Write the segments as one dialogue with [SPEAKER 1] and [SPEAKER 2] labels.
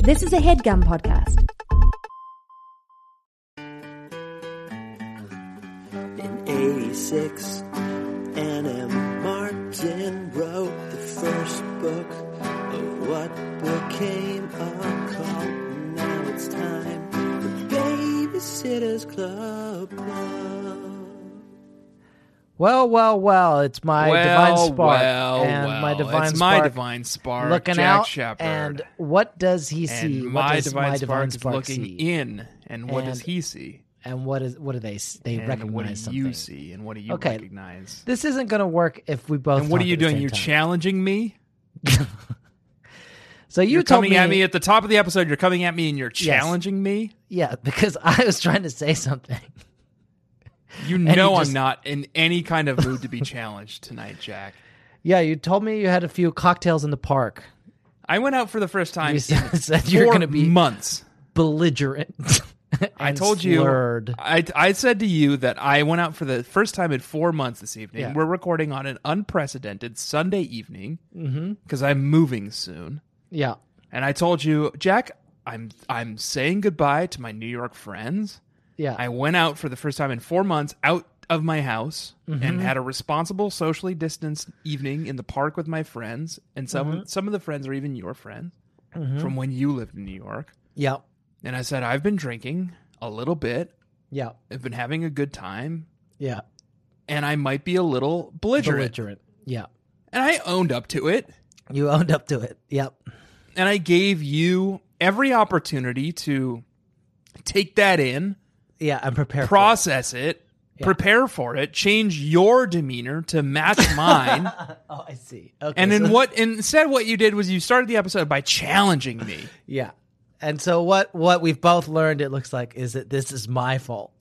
[SPEAKER 1] This is a headgum podcast.
[SPEAKER 2] In 86, Anna Martin wrote the first book of what became a cult. Now it's time for Babysitter's Club. Club.
[SPEAKER 3] Well, well, well. It's my divine
[SPEAKER 4] well,
[SPEAKER 3] spark
[SPEAKER 4] well,
[SPEAKER 3] and
[SPEAKER 4] well.
[SPEAKER 3] my divine
[SPEAKER 4] it's
[SPEAKER 3] spark
[SPEAKER 4] my divine spark
[SPEAKER 3] looking
[SPEAKER 4] Jack
[SPEAKER 3] out.
[SPEAKER 4] Shepherd.
[SPEAKER 3] And what does he
[SPEAKER 4] And
[SPEAKER 3] see? what
[SPEAKER 4] my
[SPEAKER 3] does
[SPEAKER 4] divine
[SPEAKER 3] my divine
[SPEAKER 4] spark,
[SPEAKER 3] spark
[SPEAKER 4] is looking
[SPEAKER 3] see?
[SPEAKER 4] in, and what does
[SPEAKER 3] And
[SPEAKER 4] he see?
[SPEAKER 3] And what is what do they s- they
[SPEAKER 4] And
[SPEAKER 3] recognize
[SPEAKER 4] what do
[SPEAKER 3] something?
[SPEAKER 4] you see? And what do you
[SPEAKER 3] Okay.
[SPEAKER 4] recognize?
[SPEAKER 3] This isn't going to work if we both.
[SPEAKER 4] And what are
[SPEAKER 3] talk
[SPEAKER 4] you
[SPEAKER 3] at the
[SPEAKER 4] doing?
[SPEAKER 3] same
[SPEAKER 4] You're
[SPEAKER 3] time.
[SPEAKER 4] challenging me.
[SPEAKER 3] So you
[SPEAKER 4] are
[SPEAKER 3] told
[SPEAKER 4] coming at me at the top of the episode. You're coming at me, and you're challenging me.
[SPEAKER 3] yeah, because I was trying to say something. you
[SPEAKER 4] You know
[SPEAKER 3] just-
[SPEAKER 4] I'm not in any kind of mood to be challenged tonight, Jack.
[SPEAKER 3] Yeah, you told me you had a few cocktails in the park.
[SPEAKER 4] I went out for the first time
[SPEAKER 3] You
[SPEAKER 4] in
[SPEAKER 3] said, said you're
[SPEAKER 4] four
[SPEAKER 3] going to be
[SPEAKER 4] months.
[SPEAKER 3] belligerent.
[SPEAKER 4] I
[SPEAKER 3] and
[SPEAKER 4] told you.
[SPEAKER 3] slurred.
[SPEAKER 4] I I said to you that I went out for the first time in four months this evening.
[SPEAKER 3] Yeah.
[SPEAKER 4] We're recording on an unprecedented Sunday evening
[SPEAKER 3] Mm-hmm.
[SPEAKER 4] because I'm moving soon.
[SPEAKER 3] Yeah,
[SPEAKER 4] And I told you, Jack, I'm I'm saying goodbye to my New York friends.
[SPEAKER 3] yeah.
[SPEAKER 4] I went out for the first time in four months out of my house
[SPEAKER 3] Mm-hmm.
[SPEAKER 4] and had a responsible, socially distanced evening in the park with my friends. And some
[SPEAKER 3] Mm-hmm.
[SPEAKER 4] some of the friends are even your friends from when you lived in New York.
[SPEAKER 3] yeah,
[SPEAKER 4] And I said, I've been drinking a little bit.
[SPEAKER 3] yeah,
[SPEAKER 4] I've been having a good time,
[SPEAKER 3] yeah.
[SPEAKER 4] and I might be a little belligerent.
[SPEAKER 3] Belligerent. Yeah.
[SPEAKER 4] And I owned up to it,
[SPEAKER 3] You owned up to it. Yep.
[SPEAKER 4] and I gave you every opportunity to take that in,
[SPEAKER 3] Yeah, and prepare.
[SPEAKER 4] process it, prepare for it, change your demeanor to match mine.
[SPEAKER 3] for it. Oh, I see. Okay.
[SPEAKER 4] and
[SPEAKER 3] so-
[SPEAKER 4] in what instead what you did was you started the episode by challenging me.
[SPEAKER 3] Yeah. And so what what we've both learned it looks like is that this is my fault.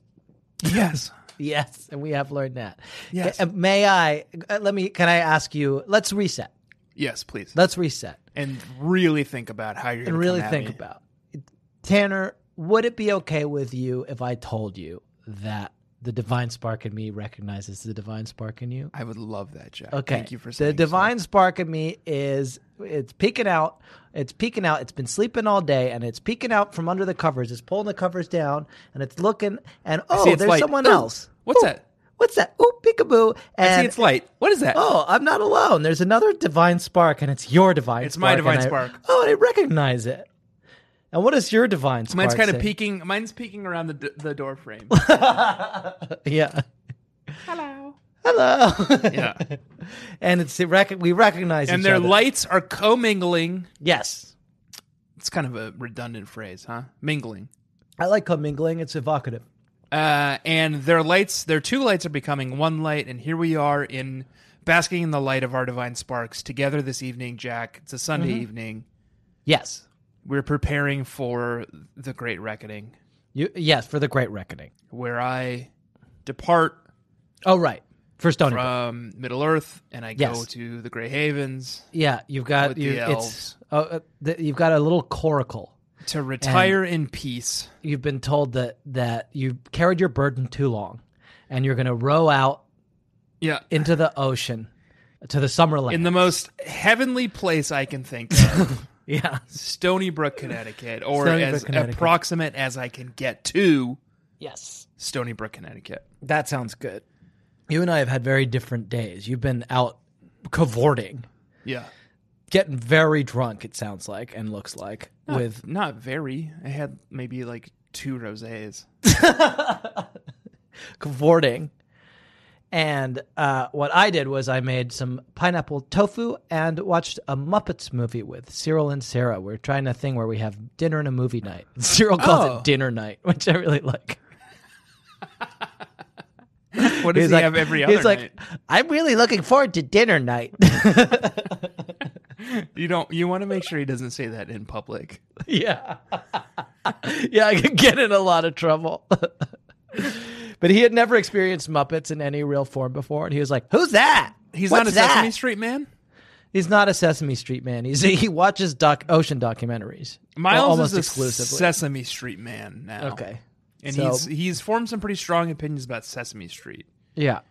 [SPEAKER 4] yes.
[SPEAKER 3] Yes, and we have learned that.
[SPEAKER 4] Yes.
[SPEAKER 3] Uh, May I uh, let me can I ask you let's reset.
[SPEAKER 4] Yes, please.
[SPEAKER 3] Let's reset
[SPEAKER 4] and really think about how you're
[SPEAKER 3] and
[SPEAKER 4] gonna
[SPEAKER 3] really
[SPEAKER 4] come at
[SPEAKER 3] think
[SPEAKER 4] me.
[SPEAKER 3] about. Tanner, would it be okay with you if I told you that the divine spark in me recognizes the divine spark in you?
[SPEAKER 4] I would love that, Jack.
[SPEAKER 3] Okay.
[SPEAKER 4] Thank you for saying
[SPEAKER 3] the divine spark in me is it's peeking out. It's peeking out. It's been sleeping all day, and it's peeking out from under the covers. It's pulling the covers down, and it's looking. And oh,
[SPEAKER 4] see it's
[SPEAKER 3] there's
[SPEAKER 4] light.
[SPEAKER 3] someone
[SPEAKER 4] Ooh,
[SPEAKER 3] else.
[SPEAKER 4] what's
[SPEAKER 3] Ooh,
[SPEAKER 4] that?
[SPEAKER 3] What's that? Ooh, peekaboo!
[SPEAKER 4] So.
[SPEAKER 3] And
[SPEAKER 4] I see it's light. What is that?
[SPEAKER 3] Oh, I'm not alone. There's another divine spark, and it's your divine.
[SPEAKER 4] It's my
[SPEAKER 3] spark,
[SPEAKER 4] divine
[SPEAKER 3] and I-
[SPEAKER 4] spark.
[SPEAKER 3] oh, and I recognize it. And what is your divine spark?
[SPEAKER 4] Mine's kind of
[SPEAKER 3] say?
[SPEAKER 4] peeking. Mine's peeking around the d- the door frame.
[SPEAKER 3] Yeah. Hello. Hello.
[SPEAKER 4] yeah,
[SPEAKER 3] and it's it rec- we recognize
[SPEAKER 4] and
[SPEAKER 3] each
[SPEAKER 4] their
[SPEAKER 3] other.
[SPEAKER 4] lights are commingling.
[SPEAKER 3] Yes.
[SPEAKER 4] It's kind of a redundant phrase, huh? Mingling.
[SPEAKER 3] I like commingling. It's evocative.
[SPEAKER 4] Uh, and their lights, their two lights, are becoming one light, and here we are in basking in the light of our divine sparks together this evening, Jack. It's a Sunday
[SPEAKER 3] Mm-hmm.
[SPEAKER 4] evening.
[SPEAKER 3] Yes.
[SPEAKER 4] We're preparing for the great reckoning,
[SPEAKER 3] You, yes, for the Great Reckoning.
[SPEAKER 4] where I depart
[SPEAKER 3] Oh, right. For Stony Brook.
[SPEAKER 4] from Middle Earth and I go
[SPEAKER 3] Yes.
[SPEAKER 4] to the Grey Havens
[SPEAKER 3] Yeah, you've got
[SPEAKER 4] with
[SPEAKER 3] you,
[SPEAKER 4] the
[SPEAKER 3] it's
[SPEAKER 4] elves.
[SPEAKER 3] oh, uh, th- you've got a little coracle.
[SPEAKER 4] to retire in peace.
[SPEAKER 3] You've been told that that you carried your burden too long, and you're going to row out
[SPEAKER 4] Yeah,
[SPEAKER 3] into the ocean to the summerland.
[SPEAKER 4] in the most heavenly place I can think of,
[SPEAKER 3] yeah,
[SPEAKER 4] Stony Brook, Connecticut, or
[SPEAKER 3] Stony Brook,
[SPEAKER 4] as
[SPEAKER 3] Connecticut.
[SPEAKER 4] approximate as I can get to
[SPEAKER 3] yes,
[SPEAKER 4] Stony Brook, Connecticut.
[SPEAKER 3] that sounds good. You and I have had very different days. You've been out cavorting,
[SPEAKER 4] Yeah,
[SPEAKER 3] getting very drunk. It sounds like and looks like with
[SPEAKER 4] not very. I had maybe like two rosés.
[SPEAKER 3] cavorting. And uh, what I did was I made some pineapple tofu and watched a Muppets movie with Cyril and Sarah. We're trying a thing where we have dinner and a movie night. Cyril calls
[SPEAKER 4] Oh.
[SPEAKER 3] it dinner night, which I really like.
[SPEAKER 4] What does he
[SPEAKER 3] like,
[SPEAKER 4] have every other
[SPEAKER 3] he's like,
[SPEAKER 4] night?
[SPEAKER 3] I'm really looking forward to dinner night.
[SPEAKER 4] You don't. You want to make sure he doesn't say that in public.
[SPEAKER 3] yeah, yeah, I could get in a lot of trouble. but he had never experienced Muppets in any real form before, and he was like, "Who's that?
[SPEAKER 4] He's
[SPEAKER 3] What's
[SPEAKER 4] not a Sesame
[SPEAKER 3] that?"
[SPEAKER 4] Street man.
[SPEAKER 3] He's not a Sesame Street man. He's he watches doc ocean documentaries.
[SPEAKER 4] Miles
[SPEAKER 3] almost
[SPEAKER 4] is a
[SPEAKER 3] exclusively.
[SPEAKER 4] Sesame Street man now.
[SPEAKER 3] okay.
[SPEAKER 4] and
[SPEAKER 3] So-
[SPEAKER 4] he's he's formed some pretty strong opinions about Sesame Street.
[SPEAKER 3] Yeah.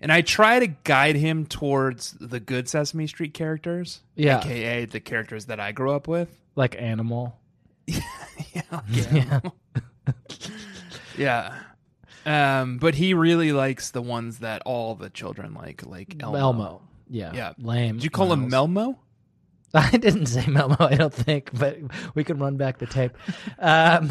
[SPEAKER 4] And I try to guide him towards the good Sesame Street characters,
[SPEAKER 3] Yeah.
[SPEAKER 4] aka the characters that I grew up with.
[SPEAKER 3] Like animal. Yeah.
[SPEAKER 4] Yeah. Um, but he really likes the ones that all the children like, like Elmo.
[SPEAKER 3] Elmo. Yeah.
[SPEAKER 4] Yeah.
[SPEAKER 3] Lame.
[SPEAKER 4] Did you call him
[SPEAKER 3] Miles.
[SPEAKER 4] Melmo?
[SPEAKER 3] I didn't say Melmo, I don't think, but we can run back the tape. Um,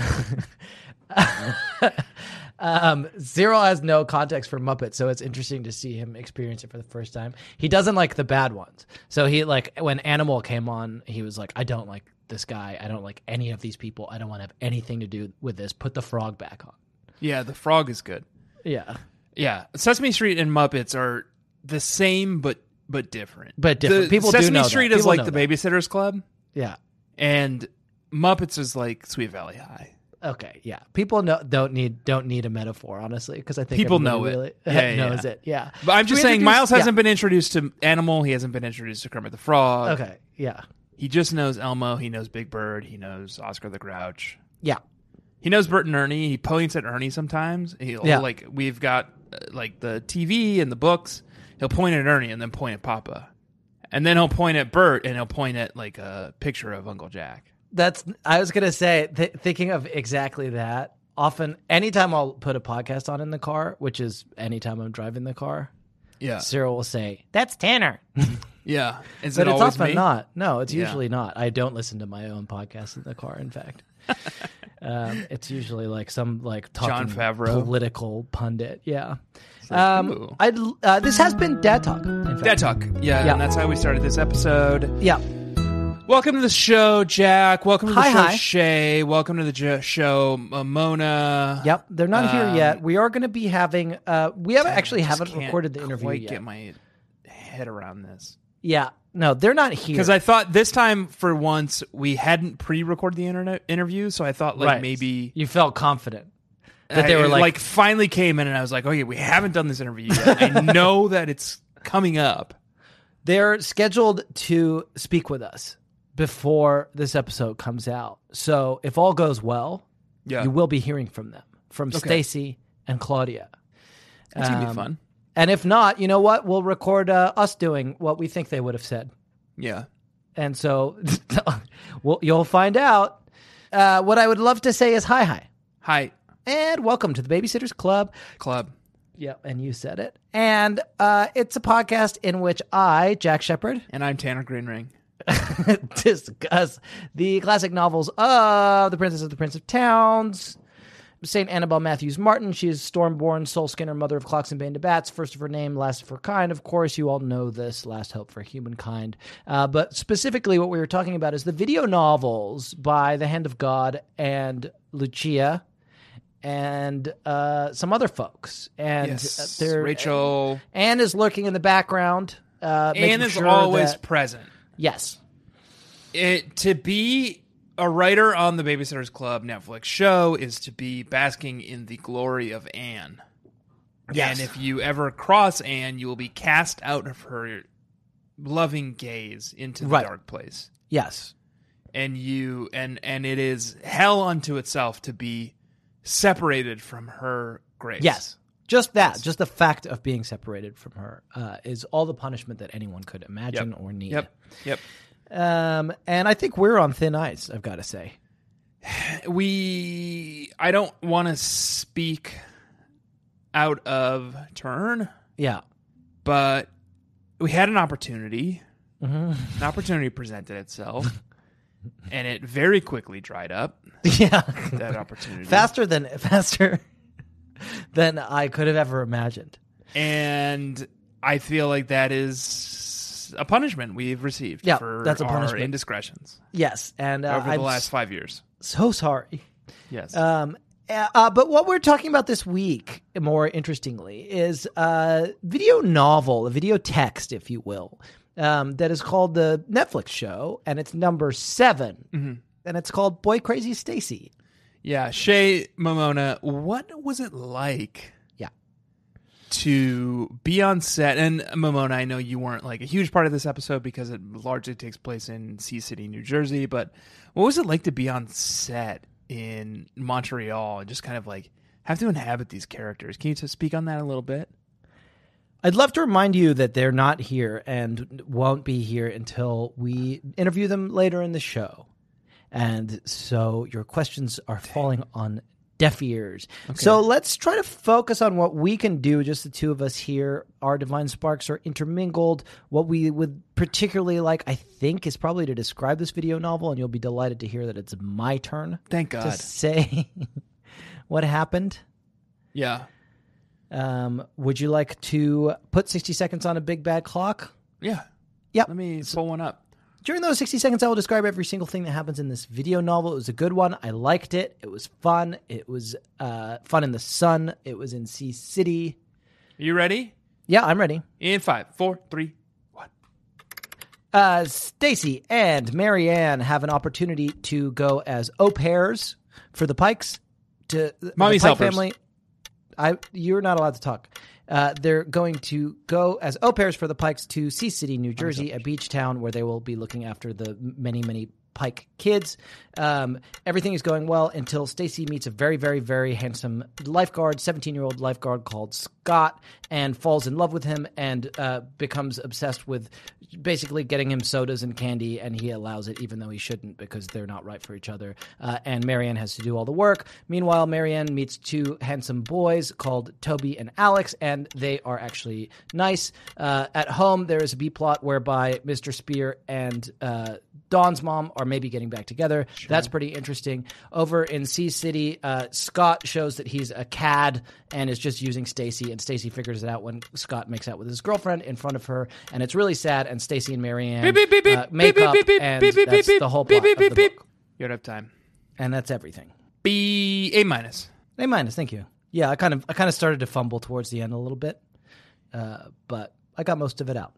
[SPEAKER 3] um, Zero has no context for Muppet, so it's interesting to see him experience it for the first time. He doesn't like the bad ones. So he, like, when Animal came on, he was like, I don't like this guy. I don't like any of these people. I don't want to have anything to do with this. Put the frog back on.
[SPEAKER 4] Yeah, the frog is good.
[SPEAKER 3] Yeah.
[SPEAKER 4] Yeah, Sesame Street and Muppets are the same but but different.
[SPEAKER 3] But different.
[SPEAKER 4] The-
[SPEAKER 3] People do
[SPEAKER 4] Sesame
[SPEAKER 3] know that.
[SPEAKER 4] Street is
[SPEAKER 3] People
[SPEAKER 4] like
[SPEAKER 3] know
[SPEAKER 4] the
[SPEAKER 3] that.
[SPEAKER 4] Babysitters Club,
[SPEAKER 3] Yeah.
[SPEAKER 4] and Muppets is like Sweet Valley High.
[SPEAKER 3] Okay, yeah. People know, don't need don't need a metaphor, honestly, because I think
[SPEAKER 4] People
[SPEAKER 3] everybody
[SPEAKER 4] know it.
[SPEAKER 3] really
[SPEAKER 4] Yeah, yeah,
[SPEAKER 3] knows
[SPEAKER 4] yeah.
[SPEAKER 3] it. Yeah,
[SPEAKER 4] But I'm
[SPEAKER 3] Should
[SPEAKER 4] just
[SPEAKER 3] we
[SPEAKER 4] saying,
[SPEAKER 3] introduce-
[SPEAKER 4] Miles
[SPEAKER 3] yeah.
[SPEAKER 4] hasn't been introduced to Animal. He hasn't been introduced to Kermit the Frog.
[SPEAKER 3] Okay, yeah,
[SPEAKER 4] He just knows Elmo. He knows Big Bird. He knows Oscar the Grouch.
[SPEAKER 3] yeah,
[SPEAKER 4] He knows Bert and Ernie. He points at Ernie sometimes. He'll
[SPEAKER 3] Yeah.
[SPEAKER 4] like we've got uh, like the TV and the books. He'll point at Ernie and then point at Papa, and then he'll point at Bert and he'll point at like a picture of Uncle Jack.
[SPEAKER 3] That's I was gonna say. Th- thinking of exactly that. Often, anytime I'll put a podcast on in the car, which is anytime I'm driving the car,
[SPEAKER 4] Yeah,
[SPEAKER 3] Cyril will say, "That's Tanner,"
[SPEAKER 4] yeah. Is
[SPEAKER 3] but
[SPEAKER 4] it
[SPEAKER 3] it's
[SPEAKER 4] always
[SPEAKER 3] often
[SPEAKER 4] me?
[SPEAKER 3] not. No, it's
[SPEAKER 4] Yeah.
[SPEAKER 3] usually not. I don't listen to my own podcast in the car. In fact, um, it's usually like some like
[SPEAKER 4] Jon
[SPEAKER 3] talking
[SPEAKER 4] Favreau.
[SPEAKER 3] political pundit. Yeah.
[SPEAKER 4] like,
[SPEAKER 3] um,
[SPEAKER 4] ooh.
[SPEAKER 3] I uh, this has been Dad Talk. In fact.
[SPEAKER 4] Dad talk. Yeah,
[SPEAKER 3] Yeah.
[SPEAKER 4] and that's how we started this episode.
[SPEAKER 3] Yeah.
[SPEAKER 4] Welcome to the show, Jack. Welcome to the
[SPEAKER 3] Hi,
[SPEAKER 4] show,
[SPEAKER 3] hi.
[SPEAKER 4] Shay. Welcome to the jo- show, uh, Mona.
[SPEAKER 3] Yep, they're not here
[SPEAKER 4] Um,
[SPEAKER 3] yet. We are going to be having. Uh, we haven't actually
[SPEAKER 4] I just
[SPEAKER 3] haven't
[SPEAKER 4] can't
[SPEAKER 3] recorded the interview
[SPEAKER 4] Quite
[SPEAKER 3] yet.
[SPEAKER 4] get my head around this.
[SPEAKER 3] yeah, no, they're not here.
[SPEAKER 4] Because I thought this time, for once, we hadn't pre-recorded the internet interview, so I thought like
[SPEAKER 3] Right.
[SPEAKER 4] maybe
[SPEAKER 3] you felt confident that they
[SPEAKER 4] I-
[SPEAKER 3] were like,
[SPEAKER 4] finally came in, and I was like, oh yeah, we haven't done this interview yet. I know that it's coming up.
[SPEAKER 3] they're scheduled to speak with us before this episode comes out. So if all goes well,
[SPEAKER 4] Yeah,
[SPEAKER 3] you will be hearing from them, from
[SPEAKER 4] Okay.
[SPEAKER 3] Stacy and Claudia.
[SPEAKER 4] it's gonna
[SPEAKER 3] um,
[SPEAKER 4] be fun.
[SPEAKER 3] And if not, you know what? We'll record uh, us doing what we think they would have said.
[SPEAKER 4] Yeah,
[SPEAKER 3] And so well, you'll find out. Uh, what I would love to say is hi, hi.
[SPEAKER 4] hi
[SPEAKER 3] And welcome to the Babysitters Club.
[SPEAKER 4] club.
[SPEAKER 3] Yep, and you said it. And uh, it's a podcast in which I, Jack Shepard,
[SPEAKER 4] And I'm Tanner Greenring.
[SPEAKER 3] discuss the classic novels of The Princess of the Prince of Towns, St. Annabel Matthews Martin. She is Stormborn, Soul Skinner, mother of clocks and bane to bats, first of her name, last of her kind. Of course, you all know this, last hope for humankind. Uh, but specifically, what we were talking about is the video novels by The Hand of God and Lucia and uh, some other folks. And
[SPEAKER 4] Yes,
[SPEAKER 3] uh, they're-
[SPEAKER 4] Rachel.
[SPEAKER 3] Anne is lurking in the background. Uh, making
[SPEAKER 4] Anne is
[SPEAKER 3] sure
[SPEAKER 4] always
[SPEAKER 3] that-
[SPEAKER 4] present.
[SPEAKER 3] yes.
[SPEAKER 4] It to be a writer on the Babysitters Club Netflix show is to be basking in the glory of Anne.
[SPEAKER 3] Yes.
[SPEAKER 4] And if you ever cross Anne, you will be cast out of her loving gaze into the
[SPEAKER 3] Right.
[SPEAKER 4] dark place.
[SPEAKER 3] Yes.
[SPEAKER 4] And you and and it is hell unto itself to be separated from her grace.
[SPEAKER 3] Yes. Just that, just the fact of being separated from her uh, is all the punishment that anyone could imagine
[SPEAKER 4] Yep.
[SPEAKER 3] or need.
[SPEAKER 4] Yep. Yep.
[SPEAKER 3] Um, and I think we're on thin ice, I've got to say.
[SPEAKER 4] We I don't want to speak out of turn.
[SPEAKER 3] Yeah.
[SPEAKER 4] but we had an opportunity.
[SPEAKER 3] Mm-hmm.
[SPEAKER 4] An opportunity presented itself, and it very quickly dried up.
[SPEAKER 3] Yeah.
[SPEAKER 4] That opportunity,
[SPEAKER 3] faster than faster than I could have ever imagined.
[SPEAKER 4] and I feel like that is a punishment we've received
[SPEAKER 3] Yeah,
[SPEAKER 4] for
[SPEAKER 3] that's a
[SPEAKER 4] our
[SPEAKER 3] punishment.
[SPEAKER 4] indiscretions
[SPEAKER 3] Yes, and uh,
[SPEAKER 4] over
[SPEAKER 3] I'm
[SPEAKER 4] the last five years.
[SPEAKER 3] so sorry.
[SPEAKER 4] Yes,
[SPEAKER 3] Um, uh, uh, but what we're talking about this week, more interestingly, is a video novel, a video text, if you will, um, that is called the Netflix show, and it's number 7 and it's called Boy Crazy Stacy.
[SPEAKER 4] yeah. Shay Mamona, what was it like?
[SPEAKER 3] Yeah.
[SPEAKER 4] to be on set. And Mamona, I know you weren't like a huge part of this episode because it largely takes place in Sea City, New Jersey. But what was it like to be on set in Montreal and just kind of like have to inhabit these characters? Can you just speak on that a little bit?
[SPEAKER 3] I'd love to remind you that they're not here and won't be here until we interview them later in the show. And so your questions are falling on deaf ears. So let's try to focus on what we can do, just the two of us here. Our divine sparks are intermingled. What we would particularly like, I think, is probably to describe this video novel, and you'll be delighted to hear that it's my turn
[SPEAKER 4] Thank
[SPEAKER 3] to
[SPEAKER 4] God.
[SPEAKER 3] say what happened.
[SPEAKER 4] Yeah.
[SPEAKER 3] Um, would you like to put 60 seconds on a big bad clock?
[SPEAKER 4] Yeah.
[SPEAKER 3] Yep.
[SPEAKER 4] Let me pull one up.
[SPEAKER 3] During those 60 seconds, I will describe every single thing that happens in this video novel. It was a good one. I liked it. It was fun. It was uh, fun in the sun. It was in Sea City.
[SPEAKER 4] Are you ready?
[SPEAKER 3] Yeah, I'm ready.
[SPEAKER 4] In five, four, three, one.
[SPEAKER 3] Uh, Stacy and Marianne have an opportunity to go as au pairs for the Pikes to the
[SPEAKER 4] Mommy's
[SPEAKER 3] Pike
[SPEAKER 4] helpers.
[SPEAKER 3] family. I you're not allowed to talk. Uh, they're going to go as au pairs for the Pikes to Sea City, New Jersey, a beach town where they will be looking after the many, many Pike kids. Um, everything is going well until Stacy meets a very, very, very handsome lifeguard, 17 year old lifeguard called Scott, and falls in love with him and uh, becomes obsessed with basically getting him sodas and candy, and he allows it even though he shouldn't because they're not right for each other. Uh, and Marianne has to do all the work. Meanwhile, Marianne meets two handsome boys called Toby and Alex, and they are actually nice. Uh, at home, there is a B plot whereby Mr. Spear and uh, Dawn's mom are maybe getting back together. That's pretty interesting. Over in Sea City, uh, Scott shows that he's a cad and is just using Stacy, and Stacy figures it out when Scott makes out with his girlfriend in front of her, and it's really sad. And Stacy and Marianne
[SPEAKER 4] Beep, beep, beep, beep,
[SPEAKER 3] uh,
[SPEAKER 4] beep,
[SPEAKER 3] make
[SPEAKER 4] beep,
[SPEAKER 3] up,
[SPEAKER 4] beep, beep,
[SPEAKER 3] and
[SPEAKER 4] beep, beep,
[SPEAKER 3] that's
[SPEAKER 4] beep,
[SPEAKER 3] the whole
[SPEAKER 4] beep,
[SPEAKER 3] plot
[SPEAKER 4] beep,
[SPEAKER 3] of the
[SPEAKER 4] beep, beep.
[SPEAKER 3] book.
[SPEAKER 4] You don't have time.
[SPEAKER 3] And that's everything.
[SPEAKER 4] B A minus.
[SPEAKER 3] A minus, thank you. Yeah, I kind of I kind of started to fumble towards the end a little bit, uh, but I got most of it out.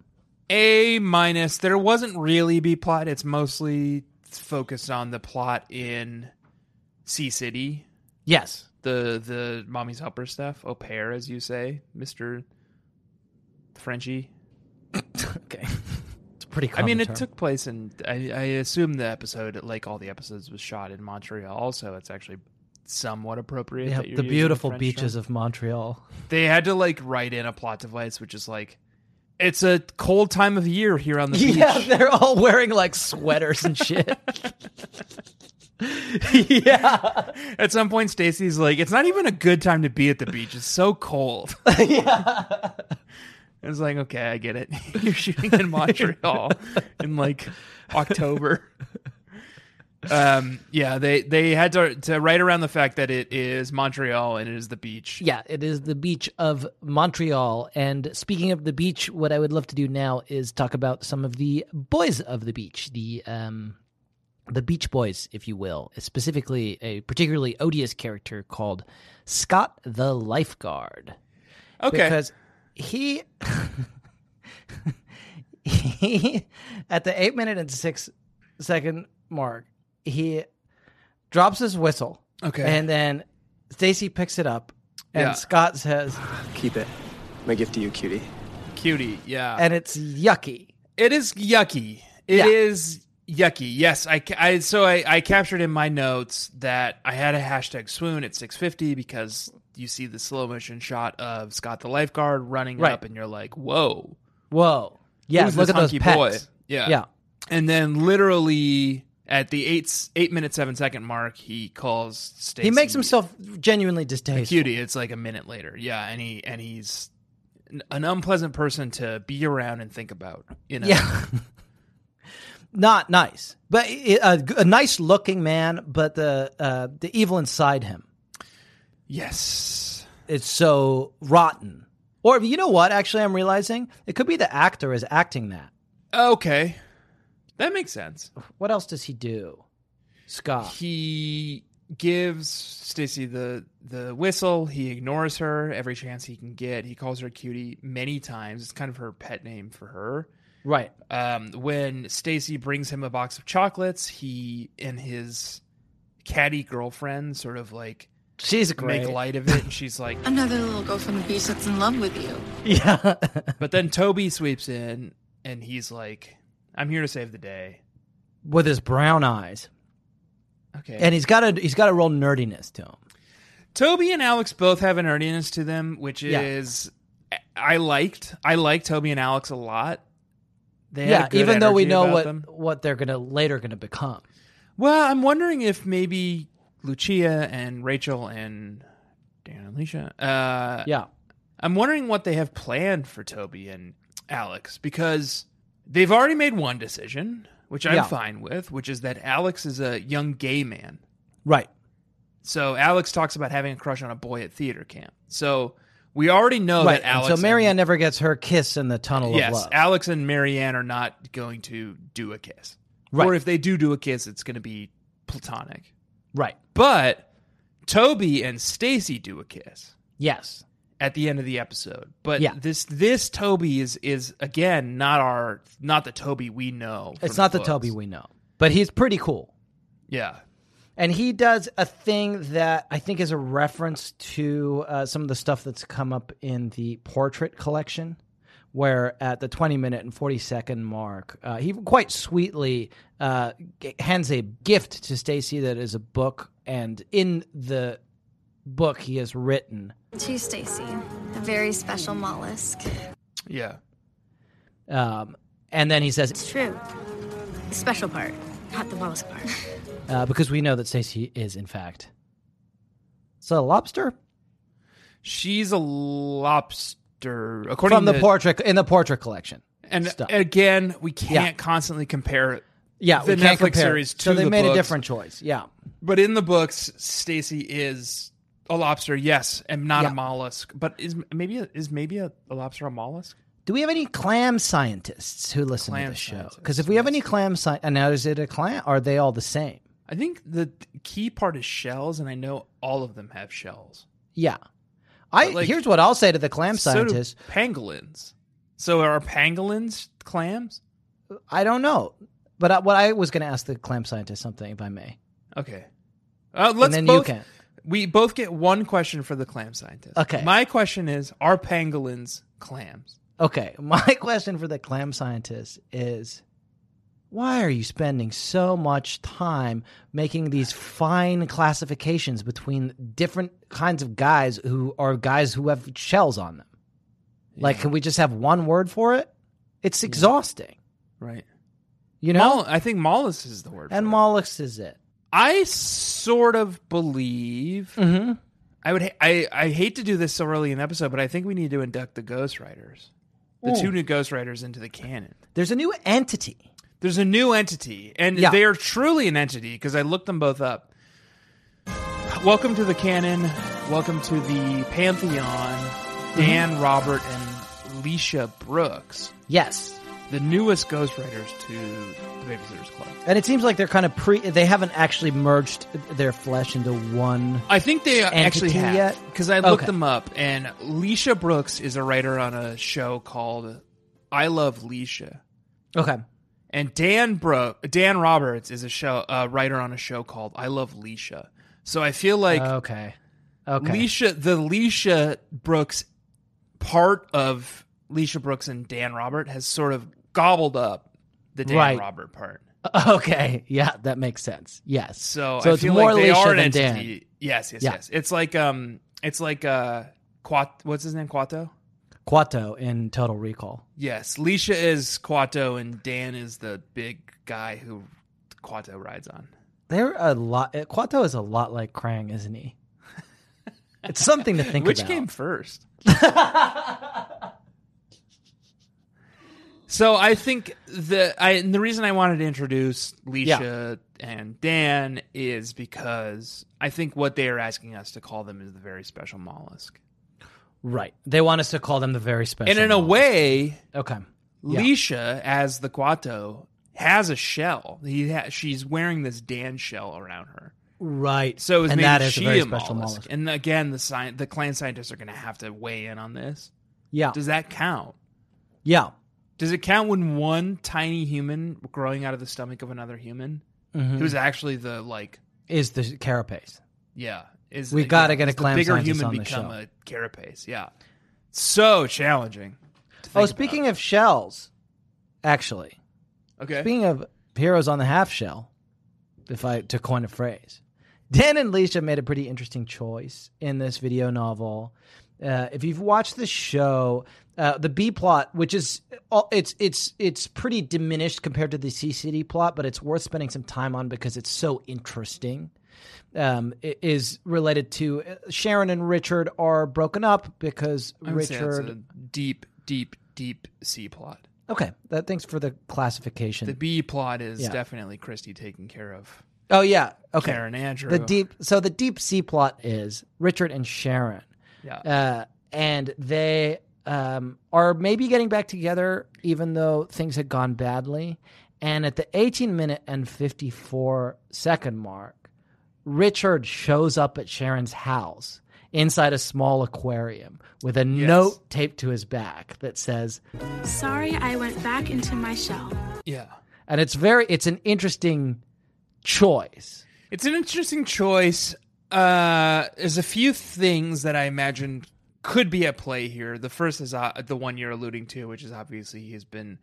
[SPEAKER 4] A minus. There wasn't really B plot. It's mostly focused on the plot in Sea City.
[SPEAKER 3] Yes,
[SPEAKER 4] The the mommy's helper stuff. Au pair, as you say, Mister Frenchie.
[SPEAKER 3] okay, it's a pretty.
[SPEAKER 4] I
[SPEAKER 3] Common
[SPEAKER 4] mean, it
[SPEAKER 3] term.
[SPEAKER 4] took place in. I, I assume the episode, like all the episodes, was shot in Montreal. So it's actually somewhat appropriate.
[SPEAKER 3] Yeah,
[SPEAKER 4] that you're
[SPEAKER 3] the
[SPEAKER 4] using
[SPEAKER 3] beautiful
[SPEAKER 4] French term.
[SPEAKER 3] beaches of Montreal.
[SPEAKER 4] they had to like write in a plot device, which is like, it's a cold time of year here on the beach.
[SPEAKER 3] Yeah, they're all wearing like sweaters and shit. yeah.
[SPEAKER 4] At some point, Stacy's like, it's not even a good time to be at the beach. It's so cold. yeah. I was like, okay, I get it. You're shooting in Montreal in like October. Um, yeah, they, they had to, to write around the fact that it is Montreal and it is the beach.
[SPEAKER 3] Yeah, it is the beach of Montreal. And speaking of the beach, what I would love to do now is talk about some of the boys of the beach, the um the Beach Boys, if you will, specifically a particularly odious character called Scott the Lifeguard.
[SPEAKER 4] Okay.
[SPEAKER 3] because he he at the eight minute and six second mark he drops his whistle
[SPEAKER 4] Okay.
[SPEAKER 3] and then stacy picks it up and
[SPEAKER 4] Yeah.
[SPEAKER 3] scott says
[SPEAKER 2] Keep it. My gift to you, cutie.
[SPEAKER 4] Cutie. Yeah.
[SPEAKER 3] and it's yucky
[SPEAKER 4] It is yucky. It
[SPEAKER 3] Yeah.
[SPEAKER 4] is yucky. Yes, I, ca- I so I, I captured in my notes that I had a hashtag swoon at 650 because you see the slow motion shot of Scott the lifeguard running
[SPEAKER 3] Right.
[SPEAKER 4] up, and you're like, whoa,
[SPEAKER 3] whoa yeah
[SPEAKER 4] who's
[SPEAKER 3] look
[SPEAKER 4] this
[SPEAKER 3] at those
[SPEAKER 4] hunky
[SPEAKER 3] pecs.
[SPEAKER 4] boy? Yeah,
[SPEAKER 3] yeah
[SPEAKER 4] And then literally at the eight s- eight minute seven second mark, he calls Stacy.
[SPEAKER 3] he makes himself genuinely distasteful
[SPEAKER 4] cutie. It's like a minute later. Yeah, and he and he's an- an unpleasant person to be around and think about. You know.
[SPEAKER 3] Yeah. Not nice, but i- a, a nice looking man, but the uh, the evil inside him
[SPEAKER 4] Yes.
[SPEAKER 3] is so rotten. Or you know what? Actually, I'm realizing it could be the actor is acting that.
[SPEAKER 4] Okay. That makes sense.
[SPEAKER 3] What else does he do, Scott?
[SPEAKER 4] He gives Stacy the the whistle. He ignores her every chance he can get. He calls her cutie many times. It's kind of her pet name for her.
[SPEAKER 3] Right.
[SPEAKER 4] Um, when Stacy brings him a box of chocolates, he and his catty girlfriend sort of like
[SPEAKER 3] She's great.
[SPEAKER 4] make light of it. And she's like,
[SPEAKER 5] Another little girl from the beach that's in love with you.
[SPEAKER 3] Yeah.
[SPEAKER 4] but then Toby sweeps in and he's like, "I'm here to save the day."
[SPEAKER 3] With his brown eyes,
[SPEAKER 4] Okay.
[SPEAKER 3] and he's got a he's got a real nerdiness to him.
[SPEAKER 4] Toby and Alex both have an earnestness to them, which
[SPEAKER 3] Yeah.
[SPEAKER 4] is I liked. I like Toby and Alex a lot. They had
[SPEAKER 3] Yeah.
[SPEAKER 4] a good
[SPEAKER 3] Even though we
[SPEAKER 4] energy
[SPEAKER 3] know
[SPEAKER 4] about
[SPEAKER 3] what
[SPEAKER 4] them.
[SPEAKER 3] what they're gonna later gonna become.
[SPEAKER 4] Well, I'm wondering if maybe Lucia and Rachel and Dan and Alicia. Uh,
[SPEAKER 3] Yeah.
[SPEAKER 4] I'm wondering what they have planned for Toby and Alex because they've already made one decision, which I'm
[SPEAKER 3] Yeah.
[SPEAKER 4] fine with, which is that Alex is a young gay man.
[SPEAKER 3] Right.
[SPEAKER 4] So Alex talks about having a crush on a boy at theater camp. So we already know
[SPEAKER 3] right.
[SPEAKER 4] Oh, that
[SPEAKER 3] and
[SPEAKER 4] Alex.
[SPEAKER 3] so Marianne never gets her kiss in the tunnel
[SPEAKER 4] and, yes,
[SPEAKER 3] of love.
[SPEAKER 4] Alex and Marianne are not going to do a kiss,
[SPEAKER 3] Right.
[SPEAKER 4] or if they do do a kiss, it's going to be platonic.
[SPEAKER 3] right.
[SPEAKER 4] But Toby and Stacy do a kiss
[SPEAKER 3] Yes.
[SPEAKER 4] at the end of the episode. But
[SPEAKER 3] Yeah.
[SPEAKER 4] this this Toby is is again not our not the Toby we know. from
[SPEAKER 3] It's not the
[SPEAKER 4] books.
[SPEAKER 3] Toby we know, but he's pretty cool.
[SPEAKER 4] Yeah.
[SPEAKER 3] And he does a thing that I think is a reference to uh, some of the stuff that's come up in the portrait collection, where at the 20 minute and 40 second mark, uh, he quite sweetly uh, g- hands a gift to Stacy that is a book. And in the book, he has written
[SPEAKER 5] To Stacy, a very special mollusk.
[SPEAKER 4] Yeah.
[SPEAKER 3] Um, and then he says,
[SPEAKER 5] It's true. The special part, not the mollusk part.
[SPEAKER 3] uh, because we know that Stacy is, in fact, so a lobster
[SPEAKER 4] She's a lobster according
[SPEAKER 3] from the
[SPEAKER 4] to,
[SPEAKER 3] portrait in the portrait collection.
[SPEAKER 4] And
[SPEAKER 3] stuff.
[SPEAKER 4] again, we can't constantly compare it.
[SPEAKER 3] Yeah,
[SPEAKER 4] the
[SPEAKER 3] we can't
[SPEAKER 4] Netflix
[SPEAKER 3] compare.
[SPEAKER 4] series
[SPEAKER 3] So
[SPEAKER 4] to
[SPEAKER 3] they
[SPEAKER 4] the
[SPEAKER 3] made a
[SPEAKER 4] books.
[SPEAKER 3] different choice. Yeah,
[SPEAKER 4] But in the books, Stacy is a lobster, yes, and not
[SPEAKER 3] Yeah.
[SPEAKER 4] a mollusk. But is maybe is maybe a, a lobster a mollusk?
[SPEAKER 3] Do we have any clam scientists who listen to
[SPEAKER 4] Clam
[SPEAKER 3] the show?
[SPEAKER 4] scientists,
[SPEAKER 3] Because if we have any clam sci- and now is it a clam? Are they all the same?
[SPEAKER 4] I think the key part is shells, and I know all of them have shells.
[SPEAKER 3] Yeah. I
[SPEAKER 4] But, like,
[SPEAKER 3] here's what I'll say to the clam
[SPEAKER 4] So do
[SPEAKER 3] scientists.
[SPEAKER 4] pangolins. So are pangolins clams?
[SPEAKER 3] I don't know, but I, what I was going to ask the clam scientist something, if I may.
[SPEAKER 4] Okay. Uh, let's
[SPEAKER 3] then you
[SPEAKER 4] both,
[SPEAKER 3] can.
[SPEAKER 4] We both get one question for the clam scientist.
[SPEAKER 3] Okay.
[SPEAKER 4] My question is: Are pangolins clams?
[SPEAKER 3] Okay, my question for the clam scientist is. Why are you spending so much time making these fine classifications between different kinds of guys who are guys who have shells on them? Like, can we just have one word for it? It's exhausting.
[SPEAKER 4] Right.
[SPEAKER 3] You know?
[SPEAKER 4] Mol- I think mollusk is the word.
[SPEAKER 3] and
[SPEAKER 4] for it.
[SPEAKER 3] mollusks is it.
[SPEAKER 4] I sort of believe
[SPEAKER 3] Mm-hmm.
[SPEAKER 4] I would. Ha- I I hate to do this so early in the episode, but I think we need to induct the ghostwriters, the two new ghostwriters into the canon.
[SPEAKER 3] There's a new entity.
[SPEAKER 4] There's a new entity, and
[SPEAKER 3] Yeah.
[SPEAKER 4] they are truly an entity because I looked them both up. Welcome to the canon. Welcome to the pantheon.
[SPEAKER 3] Mm-hmm.
[SPEAKER 4] Dan, Robert, and Leisha Brooks,
[SPEAKER 3] Yes.
[SPEAKER 4] the newest ghostwriters to the Babysitters Club.
[SPEAKER 3] And it seems like they're kind of pre, they haven't actually merged their flesh into one.
[SPEAKER 4] I think they actually
[SPEAKER 3] entity
[SPEAKER 4] have
[SPEAKER 3] yet?
[SPEAKER 4] because I looked
[SPEAKER 3] Okay.
[SPEAKER 4] them up, and Leisha Brooks is a writer on a show called "I Love Leisha,"
[SPEAKER 3] Okay.
[SPEAKER 4] and Dan Bro Dan Roberts is a show a writer on a show called "I Love Leisha." So I feel like
[SPEAKER 3] okay. Oh, Okay.
[SPEAKER 4] Leisha, the Leisha Brooks part of Leisha Brooks and Dan Robert has sort of gobbled up the Dan
[SPEAKER 3] Right.
[SPEAKER 4] Robert part.
[SPEAKER 3] Okay. Yeah, that makes sense. Yes.
[SPEAKER 4] So, I
[SPEAKER 3] so it's
[SPEAKER 4] feel
[SPEAKER 3] more
[SPEAKER 4] like they
[SPEAKER 3] Leisha
[SPEAKER 4] are an
[SPEAKER 3] than
[SPEAKER 4] entity.
[SPEAKER 3] Dan.
[SPEAKER 4] Yes, yes,
[SPEAKER 3] Yeah.
[SPEAKER 4] yes. It's like um, it's like uh, Quat. What's his name? Quato.
[SPEAKER 3] Quato in Total Recall.
[SPEAKER 4] Yes, Leisha is Quato, and Dan is the big guy who Quato rides on.
[SPEAKER 3] They're a lot. uh, Quato is a lot like Krang, isn't he? It's something to think
[SPEAKER 4] Which
[SPEAKER 3] about.
[SPEAKER 4] came first? so I think the I and the reason I wanted to introduce Leisha and Dan is because I think what they are asking us to call them is the very special mollusk,
[SPEAKER 3] Right. They want us to call them the very special.
[SPEAKER 4] and in a
[SPEAKER 3] ones.
[SPEAKER 4] way,
[SPEAKER 3] Okay. Yeah.
[SPEAKER 4] Leisha as the Quato has a shell. He ha- she's wearing this Dan shell around her.
[SPEAKER 3] Right.
[SPEAKER 4] So it was
[SPEAKER 3] and
[SPEAKER 4] maybe
[SPEAKER 3] that is
[SPEAKER 4] she
[SPEAKER 3] a very
[SPEAKER 4] a
[SPEAKER 3] special
[SPEAKER 4] mollusk.
[SPEAKER 3] mollusk.
[SPEAKER 4] And again, the sci- the clan scientists are going to have to weigh in on this.
[SPEAKER 3] Yeah.
[SPEAKER 4] Does that count?
[SPEAKER 3] yeah.
[SPEAKER 4] Does it count when one tiny human growing out of the stomach of another human,
[SPEAKER 3] Mm-hmm.
[SPEAKER 4] who's actually the like,
[SPEAKER 3] Is the carapace.
[SPEAKER 4] yeah, is
[SPEAKER 3] We
[SPEAKER 4] yeah,
[SPEAKER 3] gotta get a
[SPEAKER 4] does the
[SPEAKER 3] clan
[SPEAKER 4] bigger
[SPEAKER 3] scientist
[SPEAKER 4] human
[SPEAKER 3] on the
[SPEAKER 4] become
[SPEAKER 3] show.
[SPEAKER 4] a carapace? Yeah, so challenging. to
[SPEAKER 3] Oh,
[SPEAKER 4] think
[SPEAKER 3] speaking of shells, actually,
[SPEAKER 4] about. okay,
[SPEAKER 3] speaking of heroes on the half shell, if I to coin a phrase, Dan and Leisha made a pretty interesting choice in this video novel Uh, if you've watched the show, uh, the B plot, which is all, it's it's it's pretty diminished compared to the C City plot, but it's worth spending some time on because it's so interesting. Um, i- is related to uh, Sharon and Richard are broken up because
[SPEAKER 4] I would say that's
[SPEAKER 3] Richard.
[SPEAKER 4] a deep, deep, deep C plot.
[SPEAKER 3] Okay, that thanks for the classification.
[SPEAKER 4] The B plot is
[SPEAKER 3] Yeah.
[SPEAKER 4] definitely Christy taking care of
[SPEAKER 3] oh yeah, okay.
[SPEAKER 4] Karen Andrew.
[SPEAKER 3] The deep so the deep sea plot is Richard and Sharon,
[SPEAKER 4] yeah.
[SPEAKER 3] uh, and they um, are maybe getting back together, even though things had gone badly. And at the 18 minute and 54 second mark, Richard shows up at Sharon's house inside a small aquarium with a note taped to his back that says,
[SPEAKER 6] Sorry, I went back into my shell.
[SPEAKER 4] yeah.
[SPEAKER 3] and it's very it's an interesting choice.
[SPEAKER 4] It's an interesting choice. Uh, there's a few things that I imagine could be at play here. The first is uh, the one you're alluding to, which is obviously he's been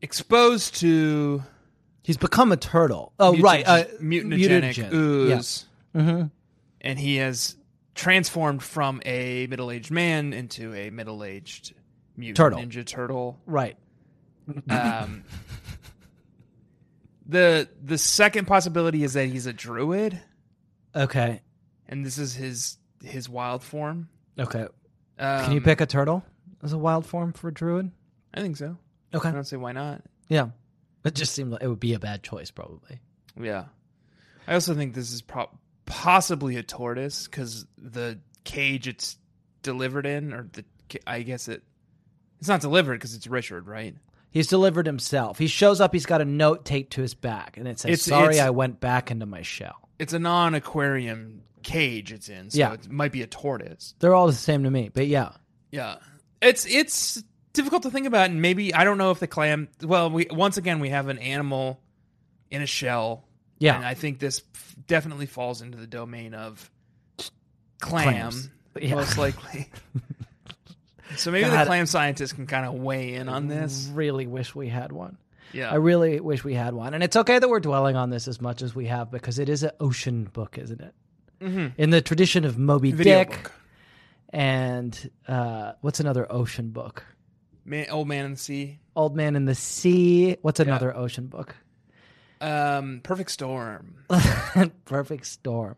[SPEAKER 4] exposed to
[SPEAKER 3] He's become a turtle. Oh,
[SPEAKER 4] mutagen-
[SPEAKER 3] right, uh,
[SPEAKER 4] mutagenic
[SPEAKER 3] mutagen. Yeah. Mm-hmm.
[SPEAKER 4] ooze, and he has transformed from a middle-aged man into a middle-aged mutant
[SPEAKER 3] Turtle.
[SPEAKER 4] ninja turtle.
[SPEAKER 3] Right.
[SPEAKER 4] Um, the the second possibility is that he's a druid,
[SPEAKER 3] Okay.
[SPEAKER 4] and this is his his wild form.
[SPEAKER 3] Okay.
[SPEAKER 4] Um,
[SPEAKER 3] Can you pick a turtle as a wild form for a druid?
[SPEAKER 4] I think so. I
[SPEAKER 3] Okay.
[SPEAKER 4] don't see why not.
[SPEAKER 3] Yeah. It just seemed like it would be a bad choice, probably.
[SPEAKER 4] Yeah. I also think this is pro- possibly a tortoise because the cage it's delivered in, or the ca- I guess it it's not delivered because it's Richard, right?
[SPEAKER 3] He's delivered himself. He shows up. He's got a note taped to his back, and it says,
[SPEAKER 4] It's-
[SPEAKER 3] "Sorry,
[SPEAKER 4] it's-
[SPEAKER 3] I went back into my shell."
[SPEAKER 4] It's a non-aquarium cage it's in, so
[SPEAKER 3] Yeah.
[SPEAKER 4] it might be a tortoise.
[SPEAKER 3] They're all the same to me, but yeah,
[SPEAKER 4] Yeah, it's it's difficult to think about, and maybe I don't know if the clam. Well, we once again we have an animal in a shell.
[SPEAKER 3] Yeah.
[SPEAKER 4] and I think this f- definitely falls into the domain of clam,
[SPEAKER 3] Clams. Yeah.
[SPEAKER 4] most likely. so maybe the
[SPEAKER 3] God.
[SPEAKER 4] clam scientist can kind of weigh in on this.
[SPEAKER 3] really wish we had one.
[SPEAKER 4] Yeah,
[SPEAKER 3] I really wish we had one, and it's okay that we're dwelling on this as much as we have because it is an ocean book, isn't it? Mm-hmm. In the tradition of Moby
[SPEAKER 4] video
[SPEAKER 3] Dick
[SPEAKER 4] book.
[SPEAKER 3] and uh, what's another ocean book?
[SPEAKER 4] Man, old man and the sea.
[SPEAKER 3] Old Man in the Sea. What's another ocean book?
[SPEAKER 4] Um, perfect storm.
[SPEAKER 3] Perfect Storm.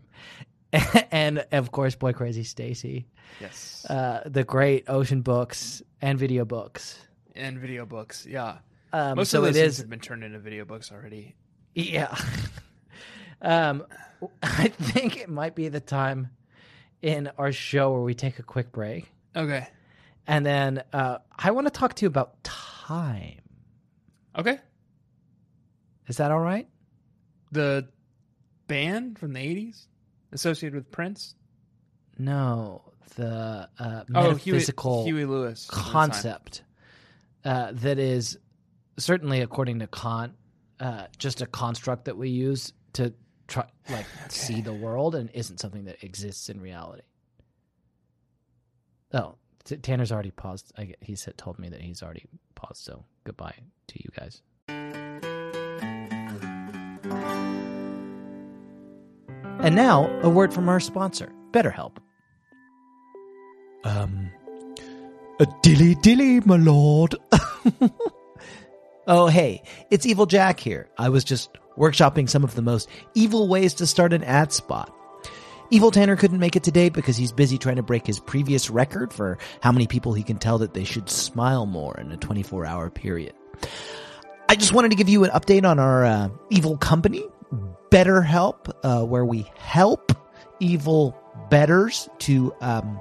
[SPEAKER 3] and of course, Boy Crazy Stacy,
[SPEAKER 4] Yes,
[SPEAKER 3] uh, the great ocean books and video books.
[SPEAKER 4] and video books. Yeah,
[SPEAKER 3] Um,
[SPEAKER 4] most
[SPEAKER 3] so
[SPEAKER 4] of those
[SPEAKER 3] it
[SPEAKER 4] things
[SPEAKER 3] is,
[SPEAKER 4] have been turned into video books already.
[SPEAKER 3] yeah. um, I think it might be the time in our show where we take a quick break,
[SPEAKER 4] Okay.
[SPEAKER 3] and then uh, I want to talk to you about time.
[SPEAKER 4] Okay.
[SPEAKER 3] Is that all right?
[SPEAKER 4] the band from the 80s associated with Prince?
[SPEAKER 3] No, the uh,
[SPEAKER 4] Oh, Huey,
[SPEAKER 3] metaphysical
[SPEAKER 4] Huey Lewis. from the time.
[SPEAKER 3] concept uh, that is certainly according to Kant uh, just a construct that we use to try like see the world and isn't something that exists in reality. Oh, T- Tanner's already paused. I, gue- he said told me that he's already paused. So goodbye to you guys. And now a word from our sponsor, BetterHelp. Um, a dilly dilly, my lord. oh, hey, it's Evil Jack here. I was just workshopping some of the most evil ways to start an ad spot. Evil Tanner couldn't make it today because he's busy trying to break his previous record for how many people he can tell that they should smile more in a 24 hour period. I just wanted to give you an update on our uh, evil company, BetterHelp, uh, where we help evil betters to um,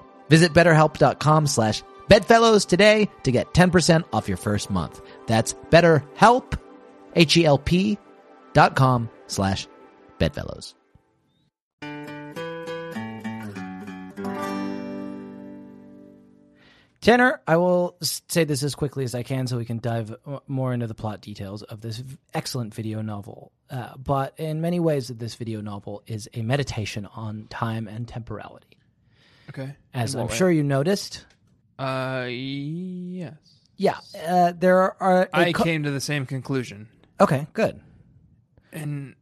[SPEAKER 3] Visit betterhelp.com slash bedfellows today to get 10% off your first month. That's betterhelp, H-E-L-P dot com slash bedfellows. Tanner, I will s- say this as quickly as I can so we can dive uh, more into the plot details of this v- excellent video novel. Uh, but in many ways, this video novel is a meditation on time and temporality.
[SPEAKER 4] Okay.
[SPEAKER 3] As
[SPEAKER 4] In what
[SPEAKER 3] I'm
[SPEAKER 4] way?
[SPEAKER 3] sure you noticed,
[SPEAKER 4] Uh, yes.
[SPEAKER 3] yeah, uh, there are. a
[SPEAKER 4] I
[SPEAKER 3] cou-
[SPEAKER 4] came to the same conclusion,
[SPEAKER 3] Okay, good.
[SPEAKER 4] and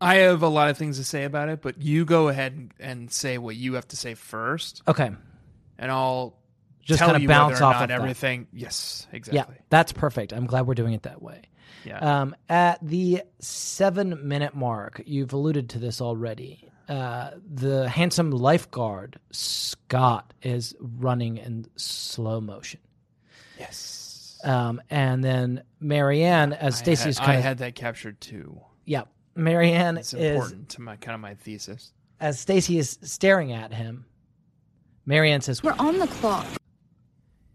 [SPEAKER 4] I have a lot of things to say about it. But you go ahead and, and say what you have to say first,
[SPEAKER 3] Okay,
[SPEAKER 4] and I'll
[SPEAKER 3] Just
[SPEAKER 4] tell
[SPEAKER 3] kinda
[SPEAKER 4] you
[SPEAKER 3] bounce
[SPEAKER 4] whether or
[SPEAKER 3] off
[SPEAKER 4] not
[SPEAKER 3] of that.
[SPEAKER 4] everything. Yes,
[SPEAKER 3] yeah,
[SPEAKER 4] exactly.
[SPEAKER 3] that's perfect. I'm glad we're doing it that way.
[SPEAKER 4] Yeah.
[SPEAKER 3] Um, at the seven minute mark, you've alluded to this already. Uh, the handsome lifeguard, Scott, is running in slow motion.
[SPEAKER 4] yes.
[SPEAKER 3] Um, and then Marianne, as Stacy's
[SPEAKER 4] I,
[SPEAKER 3] kind
[SPEAKER 4] had, I
[SPEAKER 3] of.
[SPEAKER 4] had that captured too.
[SPEAKER 3] yeah. Marianne
[SPEAKER 4] It's
[SPEAKER 3] is.
[SPEAKER 4] important to my kind of my thesis.
[SPEAKER 3] As Stacy is staring at him, Marianne says,
[SPEAKER 5] We're on the clock.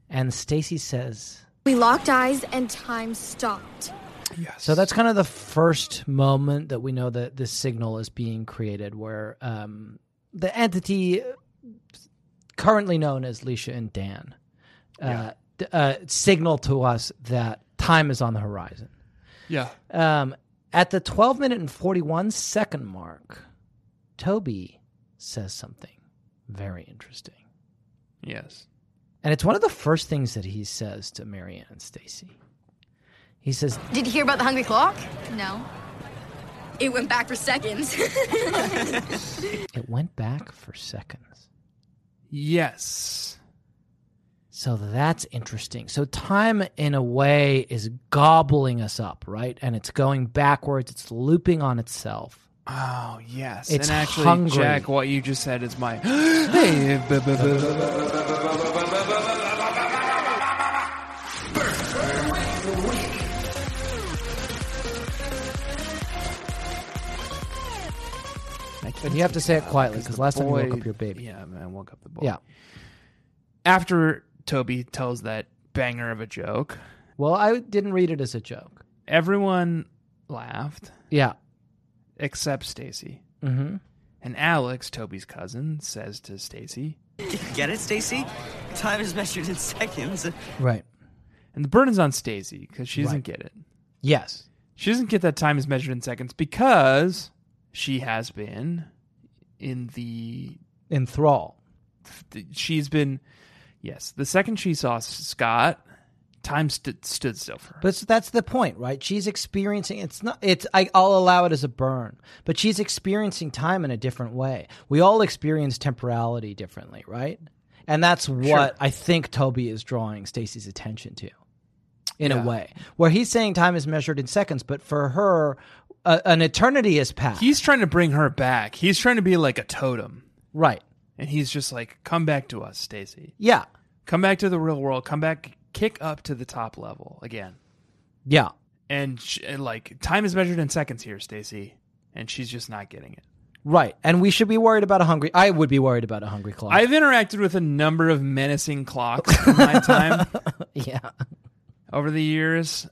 [SPEAKER 3] and Stacy says,
[SPEAKER 5] We locked eyes and time stopped.
[SPEAKER 4] Yes.
[SPEAKER 3] So that's kind of the first moment that we know that this signal is being created, where um, the entity currently known as Leisha and Dan uh, d- uh, signal to us that time is on the horizon.
[SPEAKER 4] yeah.
[SPEAKER 3] Um, at the 12 minute and 41 second mark, Toby says something very interesting.
[SPEAKER 4] Yes.
[SPEAKER 3] And it's one of the first things that he says to Marianne and Stacy. He says,
[SPEAKER 5] Did you hear about the hungry clock? No. It went back for seconds.
[SPEAKER 3] It went back for seconds.
[SPEAKER 4] Yes.
[SPEAKER 3] So that's interesting. So time in a way is gobbling us up, right? And it's going backwards, it's looping on itself.
[SPEAKER 4] Oh yes.
[SPEAKER 3] It's
[SPEAKER 4] and actually,
[SPEAKER 3] hungry.
[SPEAKER 4] Jack, what you just said is my. Hey, bu- bu- bu- bu-
[SPEAKER 3] And you have to say it quietly because last time you woke
[SPEAKER 4] boy-
[SPEAKER 3] up your baby.
[SPEAKER 4] Yeah, man, I woke up the boy.
[SPEAKER 3] Yeah.
[SPEAKER 4] After Toby tells that banger of a joke,
[SPEAKER 3] Well, I didn't read it as a joke.
[SPEAKER 4] everyone laughed
[SPEAKER 3] Yeah.
[SPEAKER 4] except Stacy.
[SPEAKER 3] Mm-hmm.
[SPEAKER 4] And Alex, Toby's cousin, says to Stacy,
[SPEAKER 7] Get it, Stacy? Time is measured in seconds.
[SPEAKER 3] Right.
[SPEAKER 4] and the burden's on Stacy because she doesn't
[SPEAKER 3] Right.
[SPEAKER 4] get it.
[SPEAKER 3] Yes.
[SPEAKER 4] She doesn't get that time is measured in seconds because she has been in the.
[SPEAKER 3] Enthrall.
[SPEAKER 4] the- she's been. Yes, the second she saw Scott, time stood stood still for her.
[SPEAKER 3] But it's- that's the point, right? She's experiencing it's not it's I, I'll allow it as a burn, but she's experiencing time in a different way. We all experience temporality differently, right? And that's what I think Toby is drawing Stacy's attention to, in a
[SPEAKER 4] Yeah.
[SPEAKER 3] way, where he's saying time is measured in seconds, but for her, a, an eternity has passed.
[SPEAKER 4] He's trying to bring her back. He's trying to be like a totem.
[SPEAKER 3] right.
[SPEAKER 4] And he's just like, come back to us, Stacy.
[SPEAKER 3] Yeah.
[SPEAKER 4] Come back to the real world. Come back, kick up to the top level again.
[SPEAKER 3] Yeah.
[SPEAKER 4] And, sh and like, time is measured in seconds here, Stacy. And she's just not getting it.
[SPEAKER 3] Right. And we should be worried about a hungry. I would be worried about a hungry clock.
[SPEAKER 4] I've interacted with a number of menacing clocks in my time
[SPEAKER 3] yeah.
[SPEAKER 4] over the years.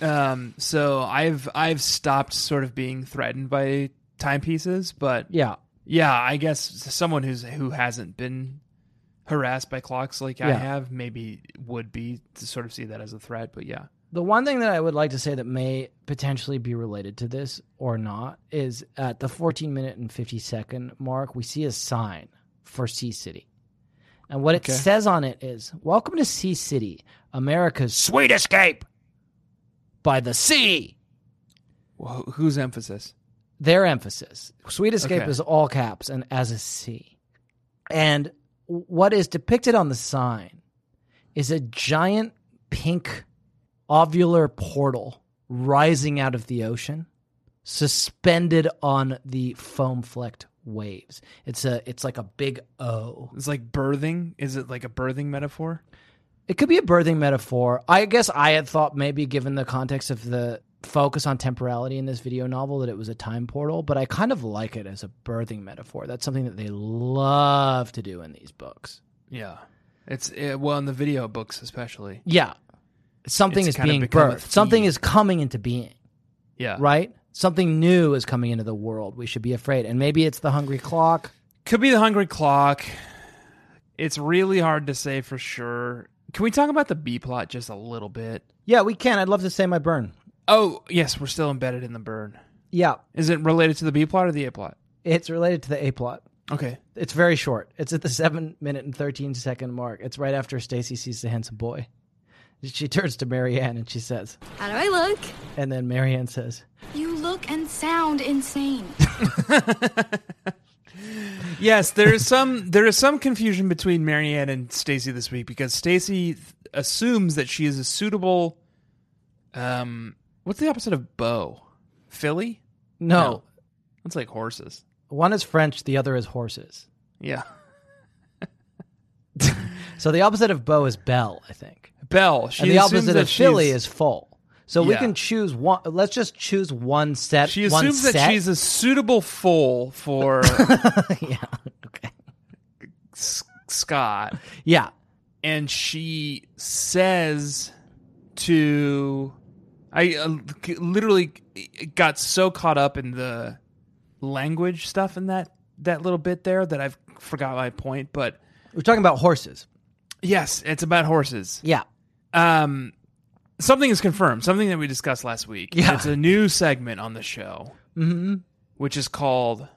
[SPEAKER 4] Um, so I've I've stopped sort of being threatened by timepieces, but
[SPEAKER 3] Yeah.
[SPEAKER 4] Yeah, I guess someone who's who hasn't been harassed by clocks like I
[SPEAKER 3] Yeah.
[SPEAKER 4] have maybe would be to sort of see that as a threat, but yeah.
[SPEAKER 3] The one thing that I would like to say that may potentially be related to this or not is at the 14 minute and 50 second mark, we see a sign for Sea City. And what it says on it is Welcome to Sea City, America's sweet escape by the sea.
[SPEAKER 4] Whoa, whose emphasis?
[SPEAKER 3] Their emphasis. Sweet escape
[SPEAKER 4] Okay.
[SPEAKER 3] is all caps and as a C. And what is depicted on the sign is a giant pink ovular portal rising out of the ocean, suspended on the foam flecked waves. It's a it's like a big O.
[SPEAKER 4] It's like birthing. Is it like a birthing metaphor?
[SPEAKER 3] It could be a birthing metaphor. I guess I had thought maybe given the context of the focus on temporality in this video novel that it was a time portal, but I kind of like it as a birthing metaphor. That's something that they love to do in these books.
[SPEAKER 4] Yeah. It's eh, well in the video books especially.
[SPEAKER 3] Yeah. Something is
[SPEAKER 4] It's kind of
[SPEAKER 3] being
[SPEAKER 4] become a
[SPEAKER 3] birthed. Something
[SPEAKER 4] theme.
[SPEAKER 3] is coming into being,
[SPEAKER 4] Yeah.
[SPEAKER 3] right? Something new is coming into the world. We should be afraid. And maybe it's the hungry clock.
[SPEAKER 4] Could be the hungry clock. It's really hard to say for sure. Can we talk about the B plot just a little bit?
[SPEAKER 3] Yeah, we can. I'd love to say my burn.
[SPEAKER 4] Oh, yes, we're still embedded in the burn.
[SPEAKER 3] Yeah.
[SPEAKER 4] Is it related to the B plot or the A plot?
[SPEAKER 3] It's related to the A plot.
[SPEAKER 4] Okay.
[SPEAKER 3] It's very short. It's at the seven minute and thirteen second mark. It's right after Stacy sees the handsome boy. She turns to Marianne and she says,
[SPEAKER 5] How do I look?
[SPEAKER 3] and then Marianne says,
[SPEAKER 6] You look and sound insane.
[SPEAKER 4] Yes, there is some there is some confusion between Marianne and Stacy this week because Stacy th- assumes that she is a suitable um what's the opposite of Oh. bow? Philly?
[SPEAKER 3] no,
[SPEAKER 4] That's like horses.
[SPEAKER 3] one is French, the other is horses.
[SPEAKER 4] Yeah.
[SPEAKER 3] So the opposite of beau is bell, I think.
[SPEAKER 4] Belle. She
[SPEAKER 3] and the
[SPEAKER 4] assumes
[SPEAKER 3] opposite
[SPEAKER 4] that
[SPEAKER 3] of Philly
[SPEAKER 4] she's-
[SPEAKER 3] is full. So we
[SPEAKER 4] Yeah.
[SPEAKER 3] can choose one. Let's just choose one set.
[SPEAKER 4] She
[SPEAKER 3] one
[SPEAKER 4] assumes that
[SPEAKER 3] set.
[SPEAKER 4] she's a suitable foal for
[SPEAKER 3] yeah. Okay.
[SPEAKER 4] S- Scott,
[SPEAKER 3] Yeah.
[SPEAKER 4] and she says to, I uh, c- literally got so caught up in the language stuff in that that little bit there that I've forgot my point. But
[SPEAKER 3] We're talking about horses.
[SPEAKER 4] yes, it's about horses.
[SPEAKER 3] Yeah.
[SPEAKER 4] Um, something is confirmed. Something that we discussed last week.
[SPEAKER 3] Yeah.
[SPEAKER 4] it's a new segment on the show, mm-hmm. which is called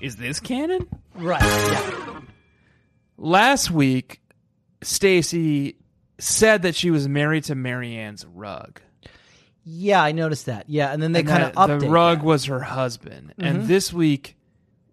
[SPEAKER 4] "Is This Canon."
[SPEAKER 3] Right. Yeah.
[SPEAKER 4] last week stacy said that she was married to marianne's rug
[SPEAKER 3] Yeah. I noticed that. Yeah. And then they
[SPEAKER 4] And
[SPEAKER 3] kind of
[SPEAKER 4] that
[SPEAKER 3] update.
[SPEAKER 4] the rug was her husband and this week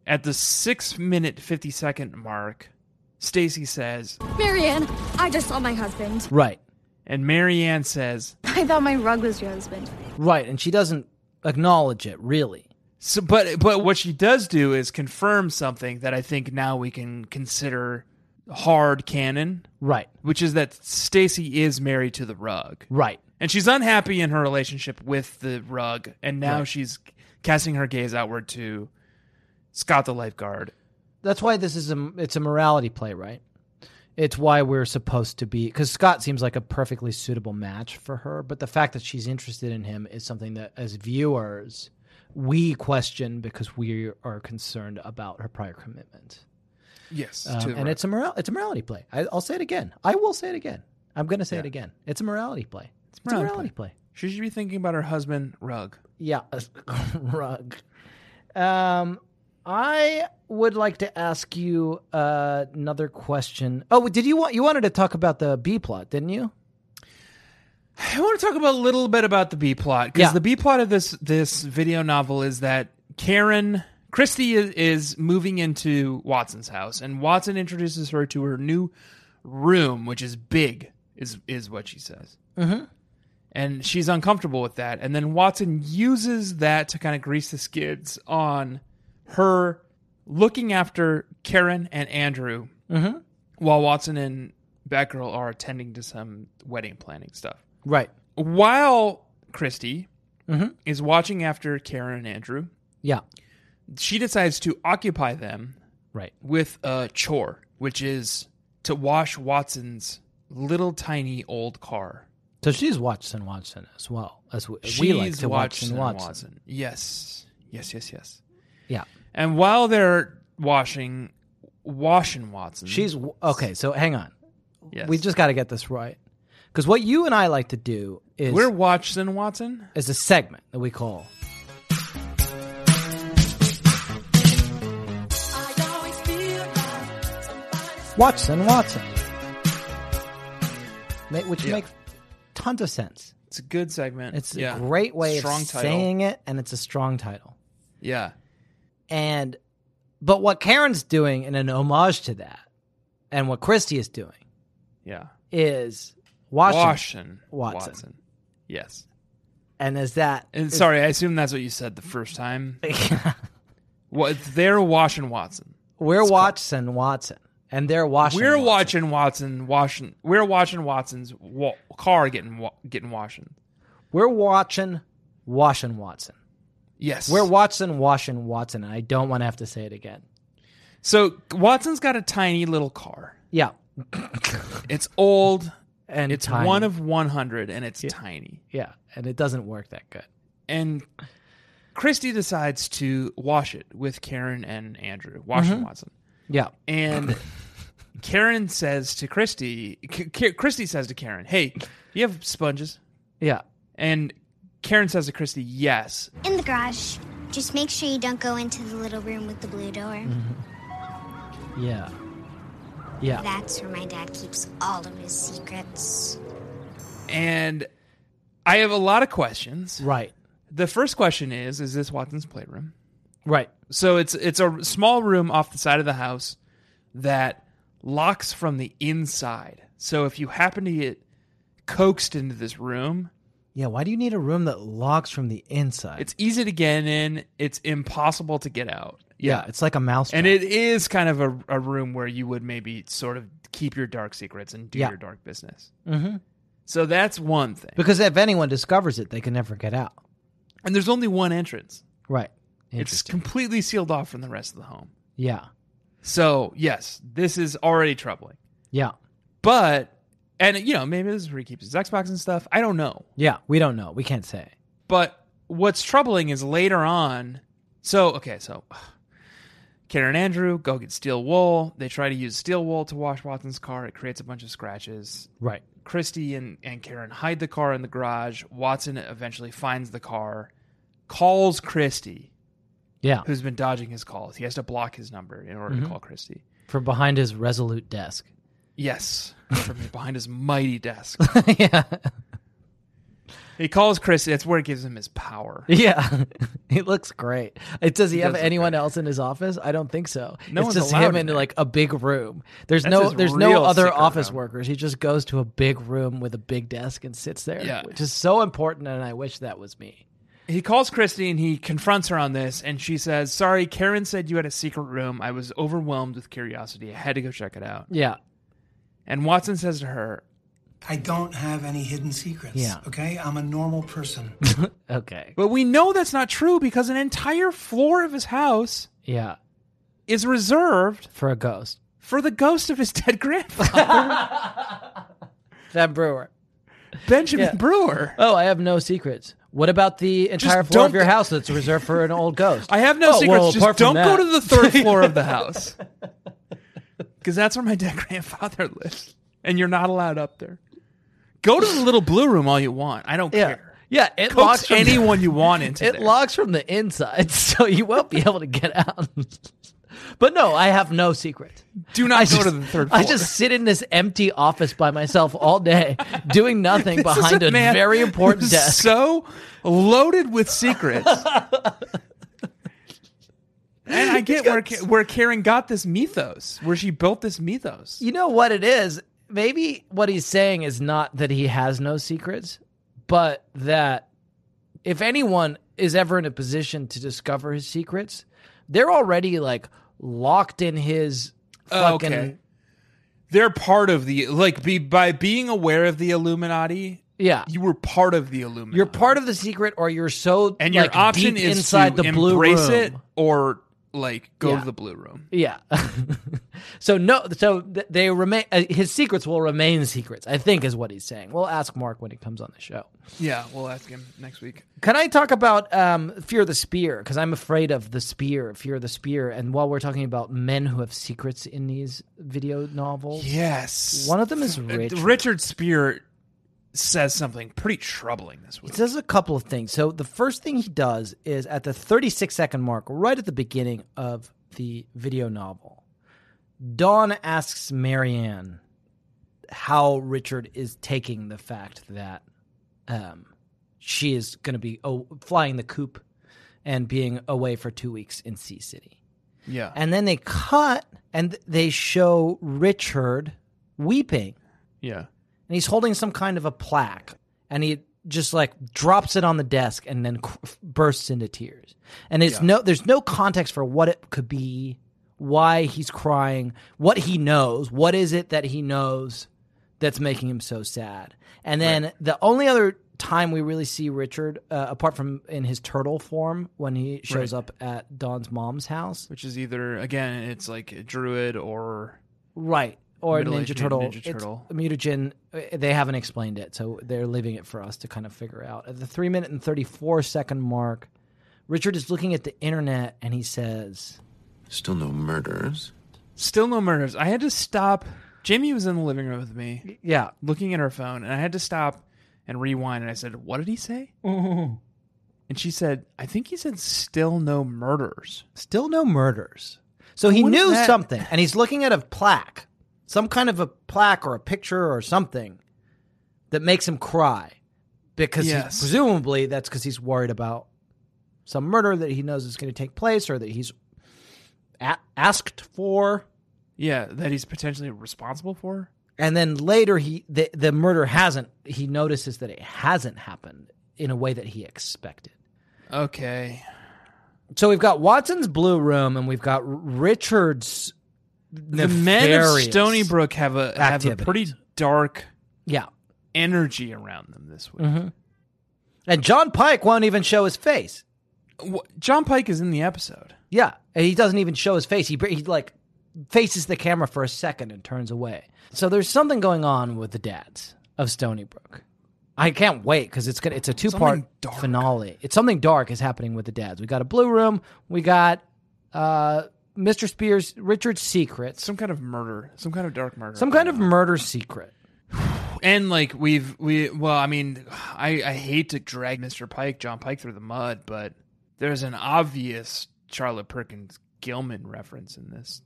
[SPEAKER 4] at the six minute 50 second mark stacy says
[SPEAKER 5] Marianne, I just saw my husband.
[SPEAKER 3] Right.
[SPEAKER 4] and marianne says
[SPEAKER 5] I thought my rug was your husband.
[SPEAKER 3] Right, and she doesn't acknowledge it really.
[SPEAKER 4] so, but but what she does do is confirm something that i think now we can consider hard canon
[SPEAKER 3] Right,
[SPEAKER 4] which is that stacy is married to the rug
[SPEAKER 3] right,
[SPEAKER 4] and she's unhappy in her relationship with the rug and now
[SPEAKER 3] Right.
[SPEAKER 4] she's casting her gaze outward to scott the lifeguard
[SPEAKER 3] That's why this is a it's a morality play, right? It's why we're supposed to be because Scott seems like a perfectly suitable match for her, but the fact that she's interested in him is something that as viewers we question because we are concerned about her prior commitment.
[SPEAKER 4] yes
[SPEAKER 3] Um, and it's a moral it's a morality play. I, I'll say it again. I will say it again. I'm going to say it again. It's a morality play. It's, a
[SPEAKER 4] morality
[SPEAKER 3] morality play.
[SPEAKER 4] she should be thinking about her husband rug
[SPEAKER 3] Yeah, rug. Um, I would like to ask you uh, another question. Oh, did you want you wanted to talk about the B plot, didn't you?
[SPEAKER 4] i want to talk about a little bit about the b plot because
[SPEAKER 3] Yeah.
[SPEAKER 4] the b plot of this this video novel is that karen christy is, is moving into watson's house and watson introduces her to her new room which is big is is what she says and she's uncomfortable with that. And then Watson uses that to kind of grease the skids on her looking after Karen and Andrew while Watson and Batgirl are attending to some wedding planning stuff.
[SPEAKER 3] Right.
[SPEAKER 4] While Christy
[SPEAKER 3] Mm-hmm.
[SPEAKER 4] is watching after Karen and Andrew,
[SPEAKER 3] Yeah.
[SPEAKER 4] she decides to occupy them
[SPEAKER 3] Right.
[SPEAKER 4] with a chore, which is to wash Watson's little tiny old car.
[SPEAKER 3] So she's Watson Watson as well as we, we like
[SPEAKER 4] She's
[SPEAKER 3] to watch and Watson. Mm-hmm.
[SPEAKER 4] Yes. Yes, yes, yes.
[SPEAKER 3] Yeah.
[SPEAKER 4] And while they're washing, washing Watson.
[SPEAKER 3] She's okay. So hang on.
[SPEAKER 4] Yes.
[SPEAKER 3] we just got to get this right. Because what you and I like to do is
[SPEAKER 4] We're Watson Watson.
[SPEAKER 3] is a segment that we call. Watson, Watson, Ma- which
[SPEAKER 4] Yeah.
[SPEAKER 3] makes tons of sense.
[SPEAKER 4] It's a good segment.
[SPEAKER 3] It's
[SPEAKER 4] yeah.
[SPEAKER 3] a great way
[SPEAKER 4] Strong
[SPEAKER 3] of
[SPEAKER 4] title.
[SPEAKER 3] saying it, and it's a strong title.
[SPEAKER 4] Yeah.
[SPEAKER 3] And but what Karen's doing in an homage to that, and what Christie is doing
[SPEAKER 4] Yeah.
[SPEAKER 3] is watching,
[SPEAKER 4] Watson.
[SPEAKER 3] Watson.
[SPEAKER 4] Yes.
[SPEAKER 3] and is that
[SPEAKER 4] And
[SPEAKER 3] is-
[SPEAKER 4] sorry, I assume that's what you said the first time. What they're washing Watson.
[SPEAKER 3] we're Watson Watson, and they're watching.
[SPEAKER 4] We're
[SPEAKER 3] Watson.
[SPEAKER 4] watching Watson washing. We're watching Watson's wa- car getting wa- getting washing.
[SPEAKER 3] We're watching Washington Watson.
[SPEAKER 4] Yes.
[SPEAKER 3] We're Watson Washington Watson, and I don't want to have to say it again.
[SPEAKER 4] so Watson's got a tiny little car.
[SPEAKER 3] Yeah,
[SPEAKER 4] It's old.
[SPEAKER 3] and
[SPEAKER 4] It's
[SPEAKER 3] tiny.
[SPEAKER 4] one of 100 and it's tiny.
[SPEAKER 3] yeah, and it doesn't work that good.
[SPEAKER 4] And Christy decides to wash it with Karen and Andrew, washing
[SPEAKER 3] Mm-hmm.
[SPEAKER 4] Watson.
[SPEAKER 3] Yeah,
[SPEAKER 4] And Karen says to Christy, K- K- Christy says to Karen, hey, you have sponges?
[SPEAKER 3] yeah,
[SPEAKER 4] And Karen says to Christy, yes.
[SPEAKER 8] In the garage. Just make sure you don't go into the little room with the blue door.
[SPEAKER 3] yeah, yeah.
[SPEAKER 8] That's where my dad keeps all of his secrets.
[SPEAKER 4] And I have a lot of questions.
[SPEAKER 3] Right,
[SPEAKER 4] The first question is, is this Watson's playroom?
[SPEAKER 3] right.
[SPEAKER 4] So it's it's a small room off the side of the house that locks from the inside. So if you happen to get coaxed into this room,
[SPEAKER 3] Yeah, why do you need a room that locks from the inside?
[SPEAKER 4] it's easy to get in, it's impossible to get out.
[SPEAKER 3] yeah, it's like a mouse.
[SPEAKER 4] And
[SPEAKER 3] trap.
[SPEAKER 4] it is kind of a, a room where you would maybe sort of keep your dark secrets and do
[SPEAKER 3] Yeah.
[SPEAKER 4] your dark business. Mm-hmm. So that's one thing.
[SPEAKER 3] because if anyone discovers it, they can never get out.
[SPEAKER 4] And there's only one entrance.
[SPEAKER 3] Right.
[SPEAKER 4] It's
[SPEAKER 3] Interesting.
[SPEAKER 4] completely sealed off from the rest of the home.
[SPEAKER 3] yeah,
[SPEAKER 4] So yes, this is already troubling.
[SPEAKER 3] yeah,
[SPEAKER 4] But and you know, maybe this is where he keeps his Xbox and stuff. I don't know.
[SPEAKER 3] yeah. We don't know. We can't say.
[SPEAKER 4] But what's troubling is later on. So okay, so Karen and Andrew go get steel wool. They try to use steel wool to wash Watson's car. It creates a bunch of scratches.
[SPEAKER 3] Right.
[SPEAKER 4] Christy and, and Karen hide the car in the garage. Watson eventually finds the car, calls Christy,
[SPEAKER 3] Yeah.
[SPEAKER 4] who's been dodging his calls. He has to block his number in order to call Christy.
[SPEAKER 3] For behind his resolute desk.
[SPEAKER 4] Yes, from behind his mighty desk.
[SPEAKER 3] yeah.
[SPEAKER 4] He calls Chris. That's where it gives him his power.
[SPEAKER 3] Yeah, he looks great. It, does he,
[SPEAKER 4] He
[SPEAKER 3] have
[SPEAKER 4] does look
[SPEAKER 3] anyone
[SPEAKER 4] great.
[SPEAKER 3] else in his office? I don't think so.
[SPEAKER 4] No
[SPEAKER 3] it's
[SPEAKER 4] one's
[SPEAKER 3] just
[SPEAKER 4] allowed
[SPEAKER 3] him
[SPEAKER 4] in
[SPEAKER 3] in
[SPEAKER 4] there.
[SPEAKER 3] like a big room. There's
[SPEAKER 4] That's
[SPEAKER 3] no
[SPEAKER 4] his
[SPEAKER 3] there's
[SPEAKER 4] real
[SPEAKER 3] no other
[SPEAKER 4] secret
[SPEAKER 3] office
[SPEAKER 4] room.
[SPEAKER 3] workers. He just goes to a big room with a big desk and sits there,
[SPEAKER 4] Yeah.
[SPEAKER 3] which is so important. And I wish that was me.
[SPEAKER 4] He calls Christy and he confronts her on this, and she says, "Sorry, Karen said you had a secret room. I was overwhelmed with curiosity. I had to go check it out."
[SPEAKER 3] Yeah,
[SPEAKER 4] And Watson says to her,
[SPEAKER 9] I don't have any hidden secrets.
[SPEAKER 3] Yeah.
[SPEAKER 9] Okay? I'm a normal person.
[SPEAKER 3] okay,
[SPEAKER 4] "But we know that's not true because an entire floor of his house
[SPEAKER 3] yeah,
[SPEAKER 4] is reserved
[SPEAKER 3] for a ghost,
[SPEAKER 4] for the ghost of his dead grandfather,
[SPEAKER 3] Van Brewer.
[SPEAKER 4] Benjamin
[SPEAKER 3] Yeah.
[SPEAKER 4] Brewer."
[SPEAKER 3] Oh, I have no secrets. What about the entire floor of
[SPEAKER 4] don't
[SPEAKER 3] your
[SPEAKER 4] go-
[SPEAKER 3] house that's reserved for an old ghost?
[SPEAKER 4] I have no
[SPEAKER 3] Oh,
[SPEAKER 4] secrets.
[SPEAKER 3] well,
[SPEAKER 4] Just
[SPEAKER 3] apart from
[SPEAKER 4] don't go
[SPEAKER 3] that-
[SPEAKER 4] to the third floor of the house because that's where my dead grandfather lives, and you're not allowed up there. Go to the little blue room all you want. I don't
[SPEAKER 3] yeah,
[SPEAKER 4] care.
[SPEAKER 3] yeah. It locks
[SPEAKER 4] Box
[SPEAKER 3] from the-
[SPEAKER 4] anyone you want into
[SPEAKER 3] It
[SPEAKER 4] there.
[SPEAKER 3] locks from the inside, so you won't be able to get out. but no, I have no secret.
[SPEAKER 4] Do not
[SPEAKER 3] I
[SPEAKER 4] go
[SPEAKER 3] just,
[SPEAKER 4] to the third floor.
[SPEAKER 3] I just sit in this empty office by myself all day, doing nothing
[SPEAKER 4] This is
[SPEAKER 3] behind a,
[SPEAKER 4] man
[SPEAKER 3] very important
[SPEAKER 4] who's
[SPEAKER 3] desk.
[SPEAKER 4] So loaded with secrets. And I get where Ka- where Karen got this mythos, where she built this mythos.
[SPEAKER 3] you know what it is? Maybe what he's saying is not that he has no secrets, but that if anyone is ever in a position to discover his secrets, they're already like locked in his
[SPEAKER 4] Oh,
[SPEAKER 3] fucking
[SPEAKER 4] They're part of the like be by being aware of the Illuminati.
[SPEAKER 3] yeah.
[SPEAKER 4] You were part of the Illuminati.
[SPEAKER 3] You're part of the secret, or you're so
[SPEAKER 4] and your
[SPEAKER 3] like,
[SPEAKER 4] option
[SPEAKER 3] deep
[SPEAKER 4] is
[SPEAKER 3] inside
[SPEAKER 4] to
[SPEAKER 3] the blue
[SPEAKER 4] embrace
[SPEAKER 3] room.
[SPEAKER 4] it or like go
[SPEAKER 3] Yeah.
[SPEAKER 4] to the blue room.
[SPEAKER 3] Yeah. so no. So th- they remain. Uh, his secrets will remain secrets. I think is what he's saying. We'll ask Mark when he comes on the show.
[SPEAKER 4] Yeah, we'll ask him next week.
[SPEAKER 3] Can I talk about um, Fear the Spear? Because I'm afraid of the spear, Fear the Spear. And while we're talking about men who have secrets in these video novels,
[SPEAKER 4] Yes. Uh,
[SPEAKER 3] one of them is Richard.
[SPEAKER 4] Richard. Spear says something pretty troubling this week.
[SPEAKER 3] He does a couple of things. So the first thing he does is at the 36 second mark, right at the beginning of the video novel, Dawn asks Marianne how Richard is taking the fact that um, she is going to be oh, flying the coop and being away for two weeks in Sea City.
[SPEAKER 4] yeah.
[SPEAKER 3] And then they cut and they show Richard weeping
[SPEAKER 4] yeah.
[SPEAKER 3] and he's holding some kind of a plaque and he just like drops it on the desk and then cr- bursts into tears and it's
[SPEAKER 4] Yeah.
[SPEAKER 3] no there's no context for what it could be why he's crying what he knows what is it that he knows that's making him so sad and then the only other time we really see richard uh, apart from in his turtle form when he shows
[SPEAKER 4] Right.
[SPEAKER 3] up at don's mom's house
[SPEAKER 4] Which is either again, it's like a druid or
[SPEAKER 3] Right. Or Ninja
[SPEAKER 4] Middle-aged
[SPEAKER 3] Turtle.
[SPEAKER 4] Ninja
[SPEAKER 3] It's-
[SPEAKER 4] Turtle.
[SPEAKER 3] Mutagen, uh, they haven't explained it, so they're leaving it for us to kind of figure out. At the 3 minute and 34 second mark, Richard is looking at the internet and he says,
[SPEAKER 10] Still no murders.
[SPEAKER 4] still no murders. I had to stop. Jamie was in the living room with me,
[SPEAKER 3] Yeah,
[SPEAKER 4] looking at her phone, and I had to stop and rewind. And I said, "What did he say?" And she said, "I think he said still no murders."
[SPEAKER 3] still no murders. So he
[SPEAKER 4] What is
[SPEAKER 3] knew
[SPEAKER 4] that?
[SPEAKER 3] something and he's looking at a plaque, some kind of a plaque or a picture or something that makes him cry because he-
[SPEAKER 4] Yes.
[SPEAKER 3] presumably that's because he's worried about some murder that he knows is going to take place or that he's a- asked for.
[SPEAKER 4] Yeah, that he's potentially responsible for.
[SPEAKER 3] and then later he the, the murder hasn't he notices that it hasn't happened in a way that he expected
[SPEAKER 4] Okay.
[SPEAKER 3] so we've got watson's blue room and we've got R- richard's
[SPEAKER 4] The men of
[SPEAKER 3] nefarious-
[SPEAKER 4] Stony Brook have a have a
[SPEAKER 3] activities.
[SPEAKER 4] pretty dark
[SPEAKER 3] yeah
[SPEAKER 4] energy around them this week.
[SPEAKER 3] Mm-hmm. and john pike won't even show his face
[SPEAKER 4] Wh- John Pike is in the episode.
[SPEAKER 3] yeah and he doesn't even show his face he, br- he like faces the camera for a second and turns away so there's something going on with the dads of stony brook I can't wait because it's gonna, it's a two part
[SPEAKER 4] Something dark.
[SPEAKER 3] finale. It's something dark is happening with the dads. We got a blue room. We got uh, Mr. Spears, Richard's secrets,
[SPEAKER 4] Some kind of murder. Some kind of dark murder.
[SPEAKER 3] some kind of murder secret.
[SPEAKER 4] and like we've we well i mean i i hate to drag mr pike john pike through the mud but there's an obvious charlotte perkins gilman reference in this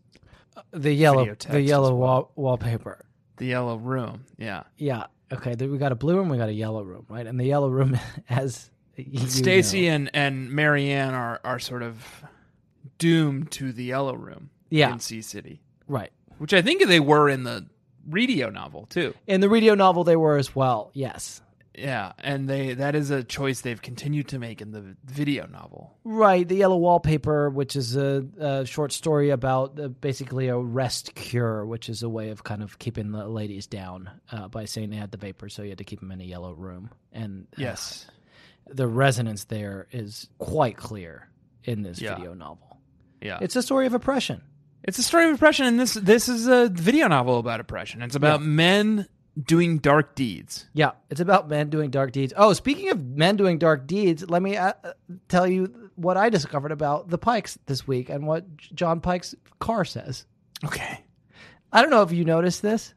[SPEAKER 3] The yellow,
[SPEAKER 4] Video text
[SPEAKER 3] the yellow
[SPEAKER 4] as
[SPEAKER 3] wall, wallpaper.
[SPEAKER 4] the yellow room yeah
[SPEAKER 3] Yeah. Okay. Then we got a blue room. We got a yellow room, right? And the yellow room has
[SPEAKER 4] stacy and and marianne are are sort of doomed to the yellow room
[SPEAKER 3] Yeah.
[SPEAKER 4] in sea city
[SPEAKER 3] right.
[SPEAKER 4] which i think they were in the radio novel too
[SPEAKER 3] In the radio novel, they were as well. Yes.
[SPEAKER 4] yeah and they that is a choice they've continued to make in the video novel
[SPEAKER 3] Right, the yellow wallpaper, which is a, a short story about uh, basically a rest cure, which is a way of kind of keeping the ladies down uh, by saying they had the vapor, so you had to keep them in a yellow room. And uh,
[SPEAKER 4] yes
[SPEAKER 3] the resonance there is quite clear in this
[SPEAKER 4] Yeah.
[SPEAKER 3] video novel.
[SPEAKER 4] yeah
[SPEAKER 3] It's a story of oppression.
[SPEAKER 4] It's a story of oppression, and this this is a video novel about oppression. It's about men doing dark deeds.
[SPEAKER 3] Yeah, it's about men doing dark deeds. Oh, speaking of men doing dark deeds, let me uh, uh, tell you what I discovered about the Pikes this week and what J- John Pike's car says.
[SPEAKER 4] Okay.
[SPEAKER 3] I don't know if you noticed this,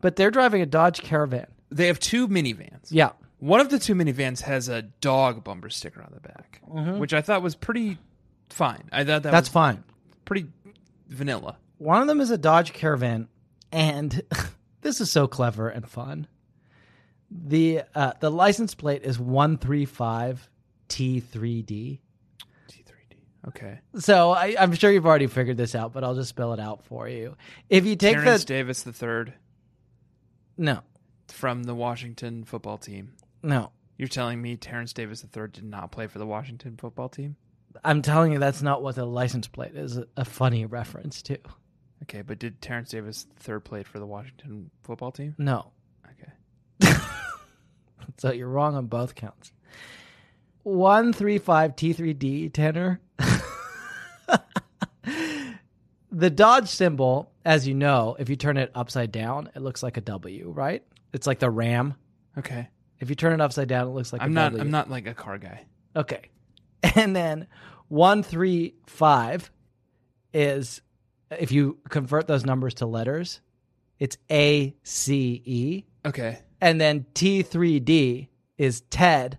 [SPEAKER 3] but they're driving a Dodge Caravan.
[SPEAKER 4] They have two minivans.
[SPEAKER 3] Yeah.
[SPEAKER 4] One of the two minivans has a dog bumper sticker on the back, which I thought was pretty fine. I thought that
[SPEAKER 3] Mm-hmm. That's
[SPEAKER 4] was
[SPEAKER 3] fine.
[SPEAKER 4] pretty vanilla.
[SPEAKER 3] One of them is a Dodge Caravan, and this is so clever and fun. The uh, the license plate is one three five T three D.
[SPEAKER 4] Okay.
[SPEAKER 3] So I, I'm sure you've already figured this out, but I'll just spell it out for you. If you take
[SPEAKER 4] Terrence
[SPEAKER 3] the
[SPEAKER 4] Davis the third
[SPEAKER 3] no
[SPEAKER 4] from the Washington football team.
[SPEAKER 3] no,
[SPEAKER 4] You're telling me Terrence Davis the third did not play for the Washington football team?
[SPEAKER 3] I'm telling you that's not what the license plate is. A, a funny reference to
[SPEAKER 4] Okay, but did Terrence Davis the third play for the Washington football team?
[SPEAKER 3] no.
[SPEAKER 4] Okay.
[SPEAKER 3] So you're wrong on both counts. One three five T three D Tanner. the Dodge symbol, as you know, if you turn it upside down, it looks like a W, right? It's like the Ram.
[SPEAKER 4] Okay.
[SPEAKER 3] If you turn it upside down, it looks like
[SPEAKER 4] I'm
[SPEAKER 3] a
[SPEAKER 4] not.
[SPEAKER 3] W.
[SPEAKER 4] I'm not like a car guy.
[SPEAKER 3] Okay. And then 135 is, if you convert those numbers to letters, it's A C E.
[SPEAKER 4] Okay.
[SPEAKER 3] And then T3D is Ted.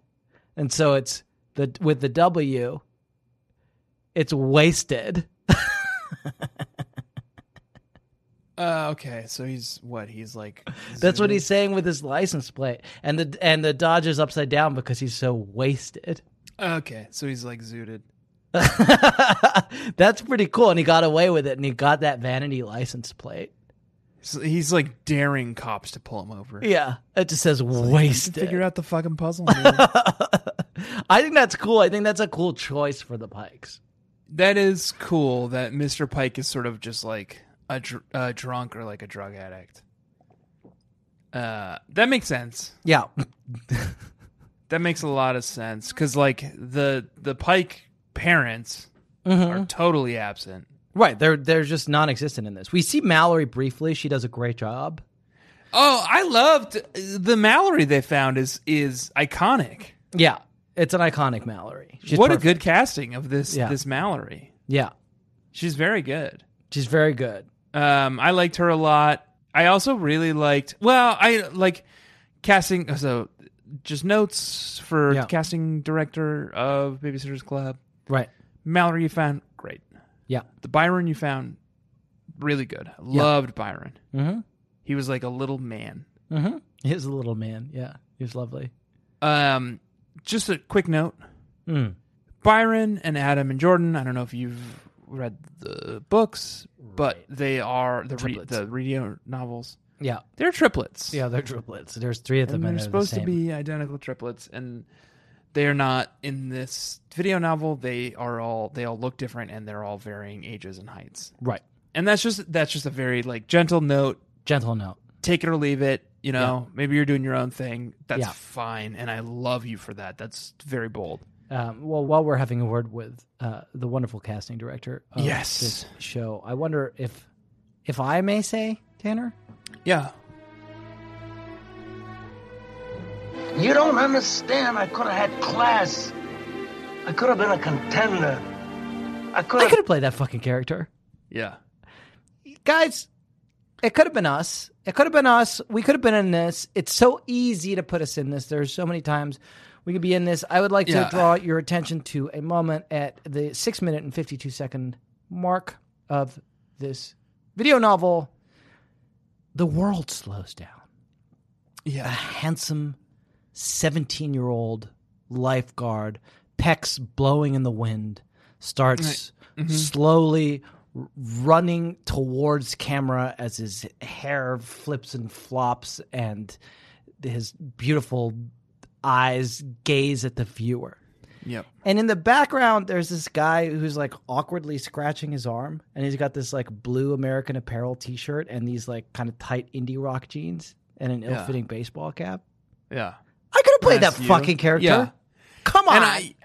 [SPEAKER 3] And so it's the with the W, it's wasted.
[SPEAKER 4] Uh, okay. So he's what? He's like.
[SPEAKER 3] That's what he's saying with his license plate. And the and the Dodge is upside down because he's so wasted.
[SPEAKER 4] Okay. So he's like zooted.
[SPEAKER 3] That's pretty cool. And he got away with it and he got that vanity license plate.
[SPEAKER 4] So he's like daring cops to pull him over.
[SPEAKER 3] Yeah. It just says
[SPEAKER 4] Just
[SPEAKER 3] wasted.
[SPEAKER 4] Figure out the fucking puzzle. man.
[SPEAKER 3] I think that's cool. I think that's a cool choice for the Pikes.
[SPEAKER 4] that is cool. That Mr. Pike is sort of just like a, dr- a drunk or like a drug addict. Uh, that makes sense.
[SPEAKER 3] Yeah.
[SPEAKER 4] That makes a lot of sense because like the the Pike parents
[SPEAKER 3] Mm-hmm.
[SPEAKER 4] are totally absent.
[SPEAKER 3] Right. They're they're just non existent in this. We see Mallory briefly. She does a great job.
[SPEAKER 4] Oh, I loved the Mallory they found is is iconic.
[SPEAKER 3] Yeah. It's an iconic Mallory. She's
[SPEAKER 4] what
[SPEAKER 3] perfect.
[SPEAKER 4] a good casting of this
[SPEAKER 3] Yeah.
[SPEAKER 4] this Mallory.
[SPEAKER 3] Yeah.
[SPEAKER 4] She's very good.
[SPEAKER 3] She's very good.
[SPEAKER 4] Um, I liked her a lot. I also really liked. Well, I like casting. So, just notes for
[SPEAKER 3] Yeah.
[SPEAKER 4] casting director of Babysitters Club.
[SPEAKER 3] Right.
[SPEAKER 4] Mallory, you found great.
[SPEAKER 3] Yeah.
[SPEAKER 4] The Byron you found really good. Loved Byron.
[SPEAKER 3] Mm-hmm.
[SPEAKER 4] He was like a little man.
[SPEAKER 3] Mm-hmm. He was a little man. Yeah. He was lovely.
[SPEAKER 4] Um, just a quick note.
[SPEAKER 3] Mm.
[SPEAKER 4] Byron and Adam and Jordan. I don't know if you've read the books, but they are the re-
[SPEAKER 3] Triplets.
[SPEAKER 4] the radio novels.
[SPEAKER 3] Yeah.
[SPEAKER 4] They're triplets.
[SPEAKER 3] Yeah, they're triplets. There's three of them
[SPEAKER 4] and
[SPEAKER 3] and they're
[SPEAKER 4] they're supposed
[SPEAKER 3] the
[SPEAKER 4] to
[SPEAKER 3] same.
[SPEAKER 4] be identical triplets, and they are not in this video novel. They are all they all look different, and they're all varying ages and heights.
[SPEAKER 3] right.
[SPEAKER 4] And that's just that's just a very like gentle note.
[SPEAKER 3] Gentle note.
[SPEAKER 4] Take it or leave it. You know, maybe you're doing your own thing. That's
[SPEAKER 3] Yeah.
[SPEAKER 4] fine, and I love you for that. That's very bold.
[SPEAKER 3] Um, well, while we're having a word with uh, the wonderful casting director of
[SPEAKER 4] Yes.
[SPEAKER 3] this show, I wonder if, if I may say, Tanner,
[SPEAKER 4] Yeah.
[SPEAKER 9] You don't understand. I could have had class. I could have been a contender. I could
[SPEAKER 3] I could have played that fucking character,
[SPEAKER 4] Yeah.
[SPEAKER 3] guys. It could have been us. It could have been us. We could have been in this. It's so easy to put us in this. There's so many times we could be in this. I would like
[SPEAKER 4] Yeah.
[SPEAKER 3] to draw your attention to a moment at the six minute and fifty two second mark of this video novel. The world slows down. a
[SPEAKER 4] Yeah.
[SPEAKER 3] handsome 17 year old lifeguard, pecs blowing in the wind, starts slowly r- running towards camera as his hair flips and flops and his beautiful eyes gaze at the viewer.
[SPEAKER 4] Yep.
[SPEAKER 3] And in the background, there's this guy who's like awkwardly scratching his arm, and he's got this like blue American Apparel T-shirt and these like kind of tight indie rock jeans and an ill-fitting baseball cap.
[SPEAKER 4] Yeah.
[SPEAKER 3] I could have played
[SPEAKER 4] That's
[SPEAKER 3] that
[SPEAKER 4] you.
[SPEAKER 3] fucking character.
[SPEAKER 4] Yeah.
[SPEAKER 3] Come on,
[SPEAKER 4] and I,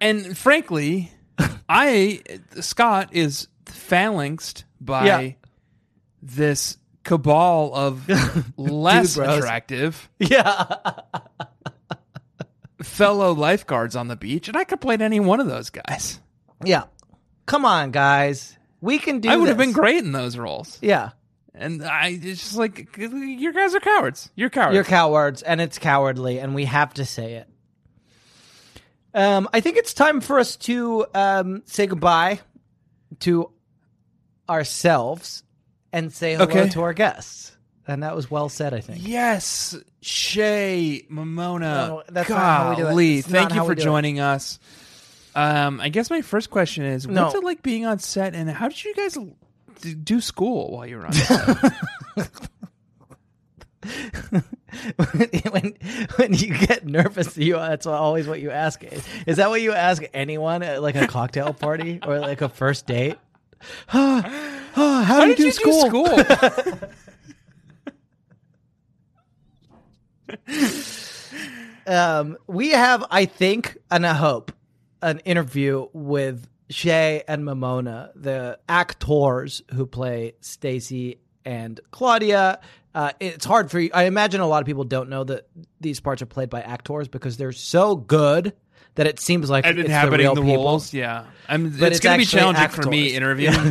[SPEAKER 4] and frankly, I Scott is phalanxed by
[SPEAKER 3] Yeah.
[SPEAKER 4] this cabal of less
[SPEAKER 3] bros.
[SPEAKER 4] attractive
[SPEAKER 3] yeah,
[SPEAKER 4] fellow lifeguards on the beach, and I could play any one of those guys.
[SPEAKER 3] yeah. Come on, guys, we can do.
[SPEAKER 4] I would have
[SPEAKER 3] this.
[SPEAKER 4] been great in those roles.
[SPEAKER 3] Yeah,
[SPEAKER 4] And I, it's just like you guys are cowards. You're cowards.
[SPEAKER 3] you're cowards, and it's cowardly, and we have to say it. Um, I think it's time for us to um, say goodbye to ourselves and say hello
[SPEAKER 4] Okay.
[SPEAKER 3] to our guests. And that was well said, I think.
[SPEAKER 4] Yes, Shay Mamona.
[SPEAKER 3] No, that's not how we do it.
[SPEAKER 4] Golly,
[SPEAKER 3] It's not
[SPEAKER 4] thank
[SPEAKER 3] how
[SPEAKER 4] you
[SPEAKER 3] we
[SPEAKER 4] for
[SPEAKER 3] do it.
[SPEAKER 4] joining us. Um, I guess my first question is,
[SPEAKER 3] No.
[SPEAKER 4] what's it like being on set, and how did you guys l- d- do school while you were on set?
[SPEAKER 3] when when you get nervous, you that's always what you ask. Is that what you ask anyone at like a cocktail party or like a first date? Ah, ah, how,
[SPEAKER 4] how
[SPEAKER 3] did, you,
[SPEAKER 4] did you
[SPEAKER 3] school?
[SPEAKER 4] do school?
[SPEAKER 3] Um, we have, I think, and I hope, an interview with Shay and Mamona, the actors who play Stacy and Claudia. Uh, it's hard for you. I imagine a lot of people don't know that these parts are played by actors because they're so good that it seems like
[SPEAKER 4] and
[SPEAKER 3] it's the
[SPEAKER 4] inhabiting
[SPEAKER 3] real
[SPEAKER 4] the,
[SPEAKER 3] people.
[SPEAKER 4] roles. Yeah, I mean,
[SPEAKER 3] But
[SPEAKER 4] it's,
[SPEAKER 3] it's
[SPEAKER 4] going to be
[SPEAKER 3] actually
[SPEAKER 4] challenging for me
[SPEAKER 3] actors.
[SPEAKER 4] interviewing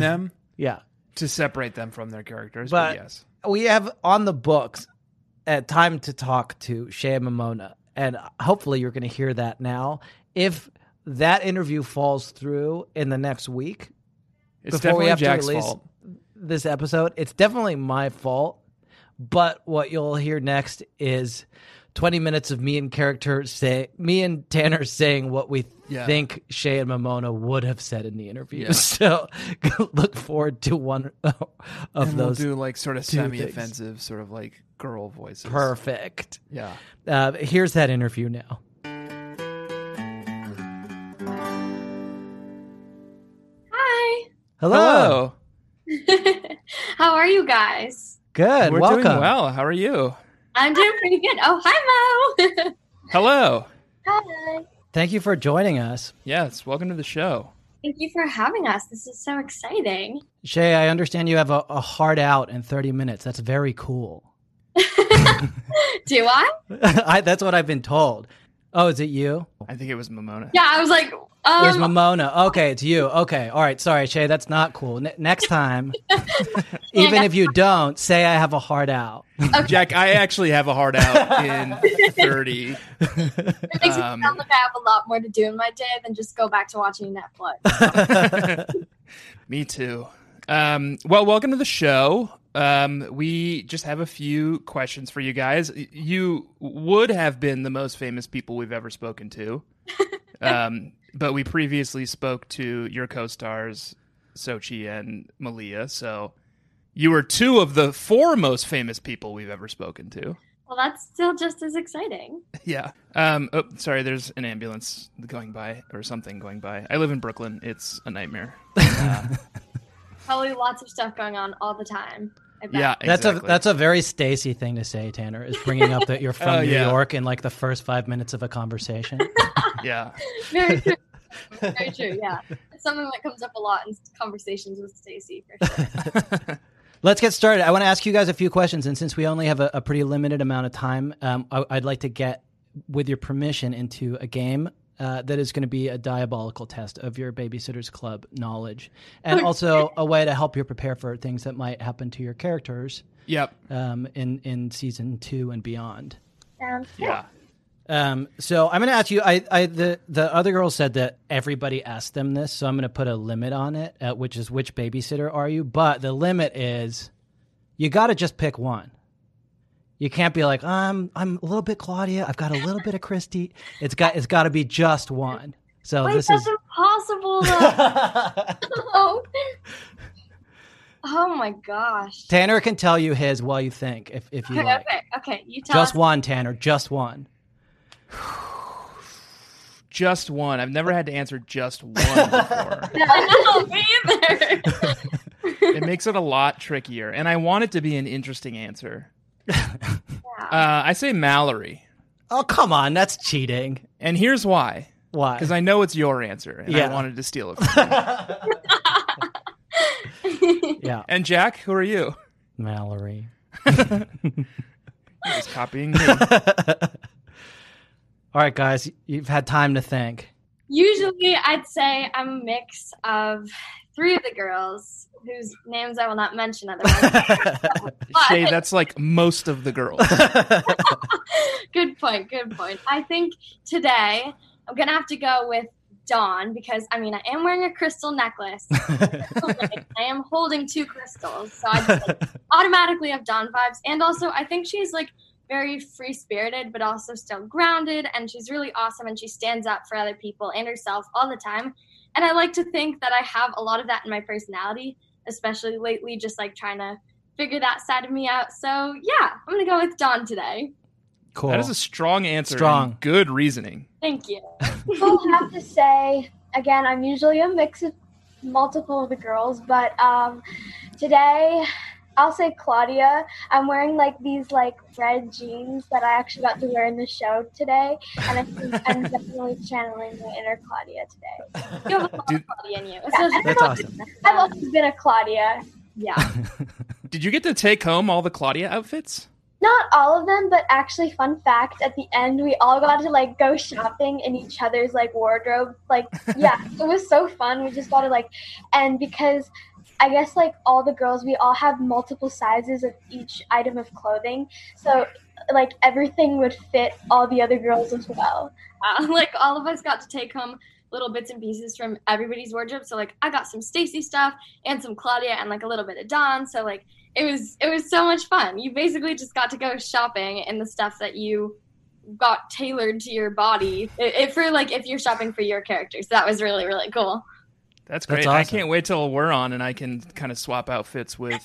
[SPEAKER 4] them
[SPEAKER 3] Yeah.
[SPEAKER 4] to separate them from their characters. But,
[SPEAKER 3] But
[SPEAKER 4] yes,
[SPEAKER 3] we have on the books uh, time to talk to Shea Mamona, and hopefully you're going to hear that now. If that interview falls through in the next week,
[SPEAKER 4] it's
[SPEAKER 3] before we
[SPEAKER 4] definitely
[SPEAKER 3] have to
[SPEAKER 4] Jack's
[SPEAKER 3] release
[SPEAKER 4] fault.
[SPEAKER 3] this episode, it's definitely my fault. But what you'll hear next is 20 minutes of me and character say me and Tanner saying what we
[SPEAKER 4] Yeah.
[SPEAKER 3] think Shay and Mamona would have said in the interview. So look forward to one uh, of
[SPEAKER 4] and
[SPEAKER 3] those.
[SPEAKER 4] we'll do like sort of
[SPEAKER 3] two things.
[SPEAKER 4] semi-offensive, sort of like girl voices.
[SPEAKER 3] Perfect.
[SPEAKER 4] Yeah.
[SPEAKER 3] Uh, here's that interview now.
[SPEAKER 11] Hi.
[SPEAKER 3] Hello.
[SPEAKER 11] How are you guys?
[SPEAKER 3] Good.
[SPEAKER 4] We're
[SPEAKER 3] Welcome.
[SPEAKER 4] doing well. How are you?
[SPEAKER 11] I'm doing pretty good. Oh, hi, Mo.
[SPEAKER 4] Hello.
[SPEAKER 11] hi.
[SPEAKER 3] Thank you for joining us.
[SPEAKER 4] Yes. Welcome to the show.
[SPEAKER 11] Thank you for having us. This is so exciting.
[SPEAKER 3] Shay, I understand you have a, a hard out in 30 minutes. That's very cool.
[SPEAKER 11] Do I?
[SPEAKER 3] I, that's what I've been told. Oh, is it you?
[SPEAKER 4] I think it was Mamona.
[SPEAKER 11] Yeah, I was like,
[SPEAKER 3] Where's
[SPEAKER 11] um,
[SPEAKER 3] Mamona? Okay, it's you. Okay, all right. Sorry, Shay, that's not cool. Ne- next time, even
[SPEAKER 11] Yeah.
[SPEAKER 3] if you don't, say I have a heart out.
[SPEAKER 4] Jack, I actually have a hard out in 30.
[SPEAKER 11] it makes
[SPEAKER 4] um,
[SPEAKER 11] me sound like I have a lot more to do in my day than just go back to watching Netflix.
[SPEAKER 4] Me too. Um, well, welcome to the show. Um, we just have a few questions for you guys. Y- You would have been the most famous people we've ever spoken to, um, but we previously spoke to your co-stars Sochi and Malia, so you were two of the four most famous people we've ever spoken to.
[SPEAKER 11] well, that's still just as exciting.
[SPEAKER 4] Yeah. Um, oh, sorry. There's an ambulance going by or something going by. I live in Brooklyn. It's a nightmare.
[SPEAKER 11] Probably lots of stuff going on all the time. I bet.
[SPEAKER 4] Yeah,
[SPEAKER 3] That's
[SPEAKER 4] exactly.
[SPEAKER 3] a that's a very Stacy thing to say, Tanner, is bringing up that you're from
[SPEAKER 4] Oh,
[SPEAKER 3] New
[SPEAKER 4] yeah.
[SPEAKER 3] York in like the first five minutes of a conversation.
[SPEAKER 4] yeah.
[SPEAKER 11] Very true. Very true. Yeah. It's something that comes up a lot in conversations with Stacey. For sure.
[SPEAKER 3] Let's get started. I want to ask you guys a few questions, and since we only have a, a pretty limited amount of time, um, I, I'd like to get, with your permission, into a game uh, that is going to be a diabolical test of your Babysitters Club knowledge, and also a way to help you prepare for things that might happen to your characters
[SPEAKER 4] Yep.
[SPEAKER 3] um, in in season two and beyond.
[SPEAKER 11] Sounds good.
[SPEAKER 4] Yeah.
[SPEAKER 3] Um, so I'm going to ask you. I, I the the other girl said that everybody asked them this, so I'm going to put a limit on it, uh, which is which babysitter are you? But the limit is, you got to just pick one. You can't be like I'm. I'm a little bit Claudia. I've got a little bit of Christy. It's got. It's got to be just one. So
[SPEAKER 11] Wait,
[SPEAKER 3] this
[SPEAKER 11] that's
[SPEAKER 3] is.
[SPEAKER 11] impossible. though. oh my gosh.
[SPEAKER 3] Tanner can tell you his while you think if if you
[SPEAKER 11] Okay,
[SPEAKER 3] like.
[SPEAKER 11] okay, okay. You tell
[SPEAKER 3] Just
[SPEAKER 11] us.
[SPEAKER 3] one, Tanner. Just one.
[SPEAKER 4] Just one. I've never had to answer just one before.
[SPEAKER 11] I know, me either.
[SPEAKER 4] it makes it a lot trickier, and I want it to be an interesting answer. Uh, I say Mallory,
[SPEAKER 3] Oh come on, that's cheating.
[SPEAKER 4] and here's why:
[SPEAKER 3] Why?
[SPEAKER 4] because I know it's your answer, and
[SPEAKER 3] Yeah.
[SPEAKER 4] I wanted to steal it. From you.
[SPEAKER 3] yeah,
[SPEAKER 4] and Jack, who are you?
[SPEAKER 3] Mallory.
[SPEAKER 4] He's copying me.
[SPEAKER 3] All right, guys, you've had time to think.
[SPEAKER 11] Usually, I'd say I'm a mix of three of the girls whose names I will not mention otherwise.
[SPEAKER 4] Shay, that's like most of the girls.
[SPEAKER 11] good point. Good point. I think today I'm gonna have to go with Dawn because I mean I am wearing a crystal necklace. I am holding two crystals, so I just, like, automatically have Dawn vibes. And also, I think she's like very free spirited, but also still grounded. And she's really awesome, and she stands up for other people and herself all the time. And I like to think that I have a lot of that in my personality, especially lately, just like trying to figure that side of me out. So yeah, I'm gonna go with Dawn today.
[SPEAKER 3] cool.
[SPEAKER 4] That is a strong answer. and
[SPEAKER 3] Strong.
[SPEAKER 4] good reasoning.
[SPEAKER 11] Thank you.
[SPEAKER 12] I'll have to say again, I'm usually a mix of multiple of the girls, but um, today I'll say Claudia. I'm wearing like these like red jeans that I actually got to wear in the show today, and I think I'm definitely channeling my inner Claudia today.
[SPEAKER 11] You have a lot of Claudia in you. It's
[SPEAKER 12] Yeah,
[SPEAKER 11] just-
[SPEAKER 12] and
[SPEAKER 4] That's
[SPEAKER 12] I've also-
[SPEAKER 4] awesome.
[SPEAKER 12] I've also been a Claudia.
[SPEAKER 11] Yeah.
[SPEAKER 4] Did you get to take home all the Claudia outfits?
[SPEAKER 12] Not all of them, but actually, fun fact: at the end, we all got to like go shopping in each other's like wardrobes. Like, yeah, it was so fun. We just got to like, and because I guess like all the girls, we all have multiple sizes of each item of clothing, so like everything would fit all the other girls as well.
[SPEAKER 11] Uh, like all of us got to take home little bits and pieces from everybody's wardrobe. So like I got some Stacy stuff and some Claudia and like a little bit of Dawn. So like it was it was so much fun. You basically just got to go shopping in the stuff that you got tailored to your body. It, it for like if you're shopping for your characters. That was really really cool.
[SPEAKER 3] That's
[SPEAKER 4] That's great. I
[SPEAKER 3] awesome.
[SPEAKER 4] can't wait till we're on and I can kind of swap outfits with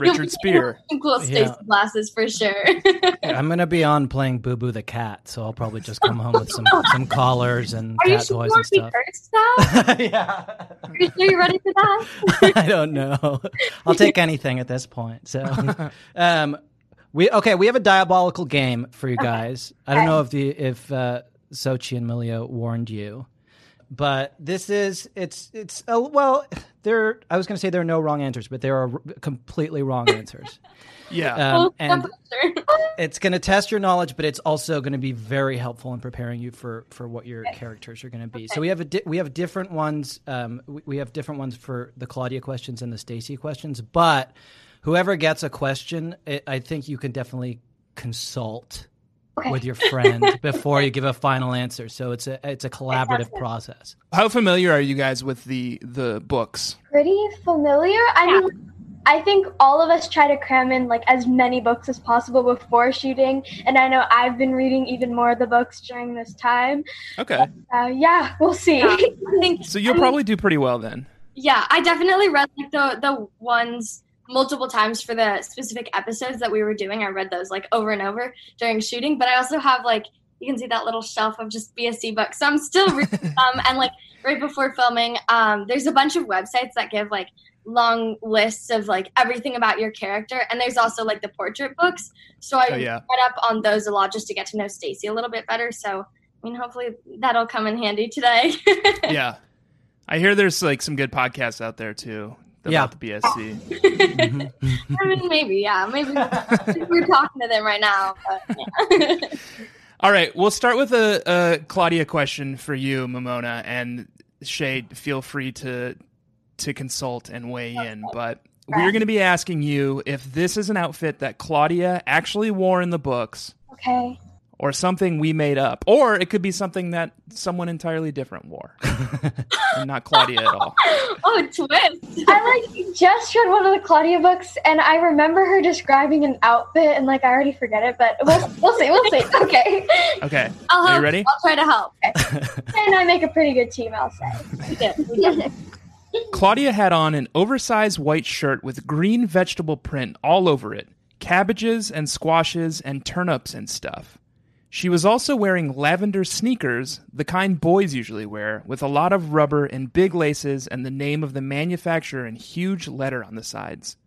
[SPEAKER 4] Richard Spear.
[SPEAKER 11] Some cool Stacy
[SPEAKER 3] Yeah.
[SPEAKER 11] glasses for sure.
[SPEAKER 3] I'm gonna be on playing Boo Boo the cat, so I'll probably just come home with some some collars and
[SPEAKER 11] Are you
[SPEAKER 3] cat
[SPEAKER 11] sure
[SPEAKER 3] toys
[SPEAKER 11] you
[SPEAKER 3] and
[SPEAKER 11] want to be
[SPEAKER 3] stuff.
[SPEAKER 11] first now? Are you sure you're ready for that?
[SPEAKER 3] I don't know. I'll take anything at this point. So, um, we okay. We have a diabolical game for you guys. I don't know if the if uh, Sochi and Milio warned you, but this is it's it's uh, well. There, I was going to say there are no wrong answers, but there are r- completely wrong answers.
[SPEAKER 4] Yeah.
[SPEAKER 3] Um, and
[SPEAKER 11] Sure.
[SPEAKER 3] it's going to test your knowledge, but it's also going to be very helpful in preparing you for for what your characters are going to be. So we have a di- we have different ones. Um, we, we have different ones for the Claudia questions and the Stacy questions. But whoever gets a question, it, I think you can definitely consult with your friend before you give a final answer. So it's a it's a collaborative process.
[SPEAKER 4] How familiar are you guys with the the books?
[SPEAKER 12] Pretty familiar. I mean, I think all of us try to cram in like as many books as possible before shooting, and I know I've been reading even more of the books during this time.
[SPEAKER 4] Okay.
[SPEAKER 12] Uh, yeah, we'll see.
[SPEAKER 11] Yeah. I think
[SPEAKER 4] So you'll probably do pretty well then.
[SPEAKER 11] Yeah, I definitely read like the the ones multiple times for the specific episodes that we were doing. I read those like over and over during shooting, but I also have like you can see that little shelf of just BSC books. So I'm still reading some and like right before filming, um, there's a bunch of websites that give like long lists of like everything about your character and there's also like the portrait books. So I
[SPEAKER 4] Oh, yeah.
[SPEAKER 11] read up on those a lot just to get to know Stacy a little bit better. So I mean hopefully that'll come in handy today.
[SPEAKER 4] Yeah. I hear there's like some good podcasts out there too about
[SPEAKER 3] Yeah.
[SPEAKER 4] the BSC.
[SPEAKER 11] I mean, maybe, yeah, maybe we're talking to them right now. But, yeah.
[SPEAKER 4] All right, we'll start with a, a Claudia question for you, Mamona, and Shay. Feel free to to consult and weigh in, but we're going to be asking you if this is an outfit that Claudia actually wore in the books,
[SPEAKER 12] Okay.
[SPEAKER 4] or something we made up, or it could be something that someone entirely different wore, and not Claudia at all.
[SPEAKER 11] oh, twist!
[SPEAKER 12] I like just read one of the Claudia books, and I remember her describing an outfit, and like I already forget it, but we'll, we'll see, we'll see. Okay,
[SPEAKER 4] Okay,
[SPEAKER 11] I'll
[SPEAKER 4] are
[SPEAKER 11] help.
[SPEAKER 4] you ready?
[SPEAKER 11] I'll try to help.
[SPEAKER 12] Clay and I make a pretty good team, I'll say.
[SPEAKER 11] We did, we did.
[SPEAKER 4] Claudia had on an oversized white shirt with green vegetable print all over it cabbages and squashes and turnips and stuff. She was also wearing lavender sneakers, the kind boys usually wear, with a lot of rubber and big laces and the name of the manufacturer in huge letter on the sides.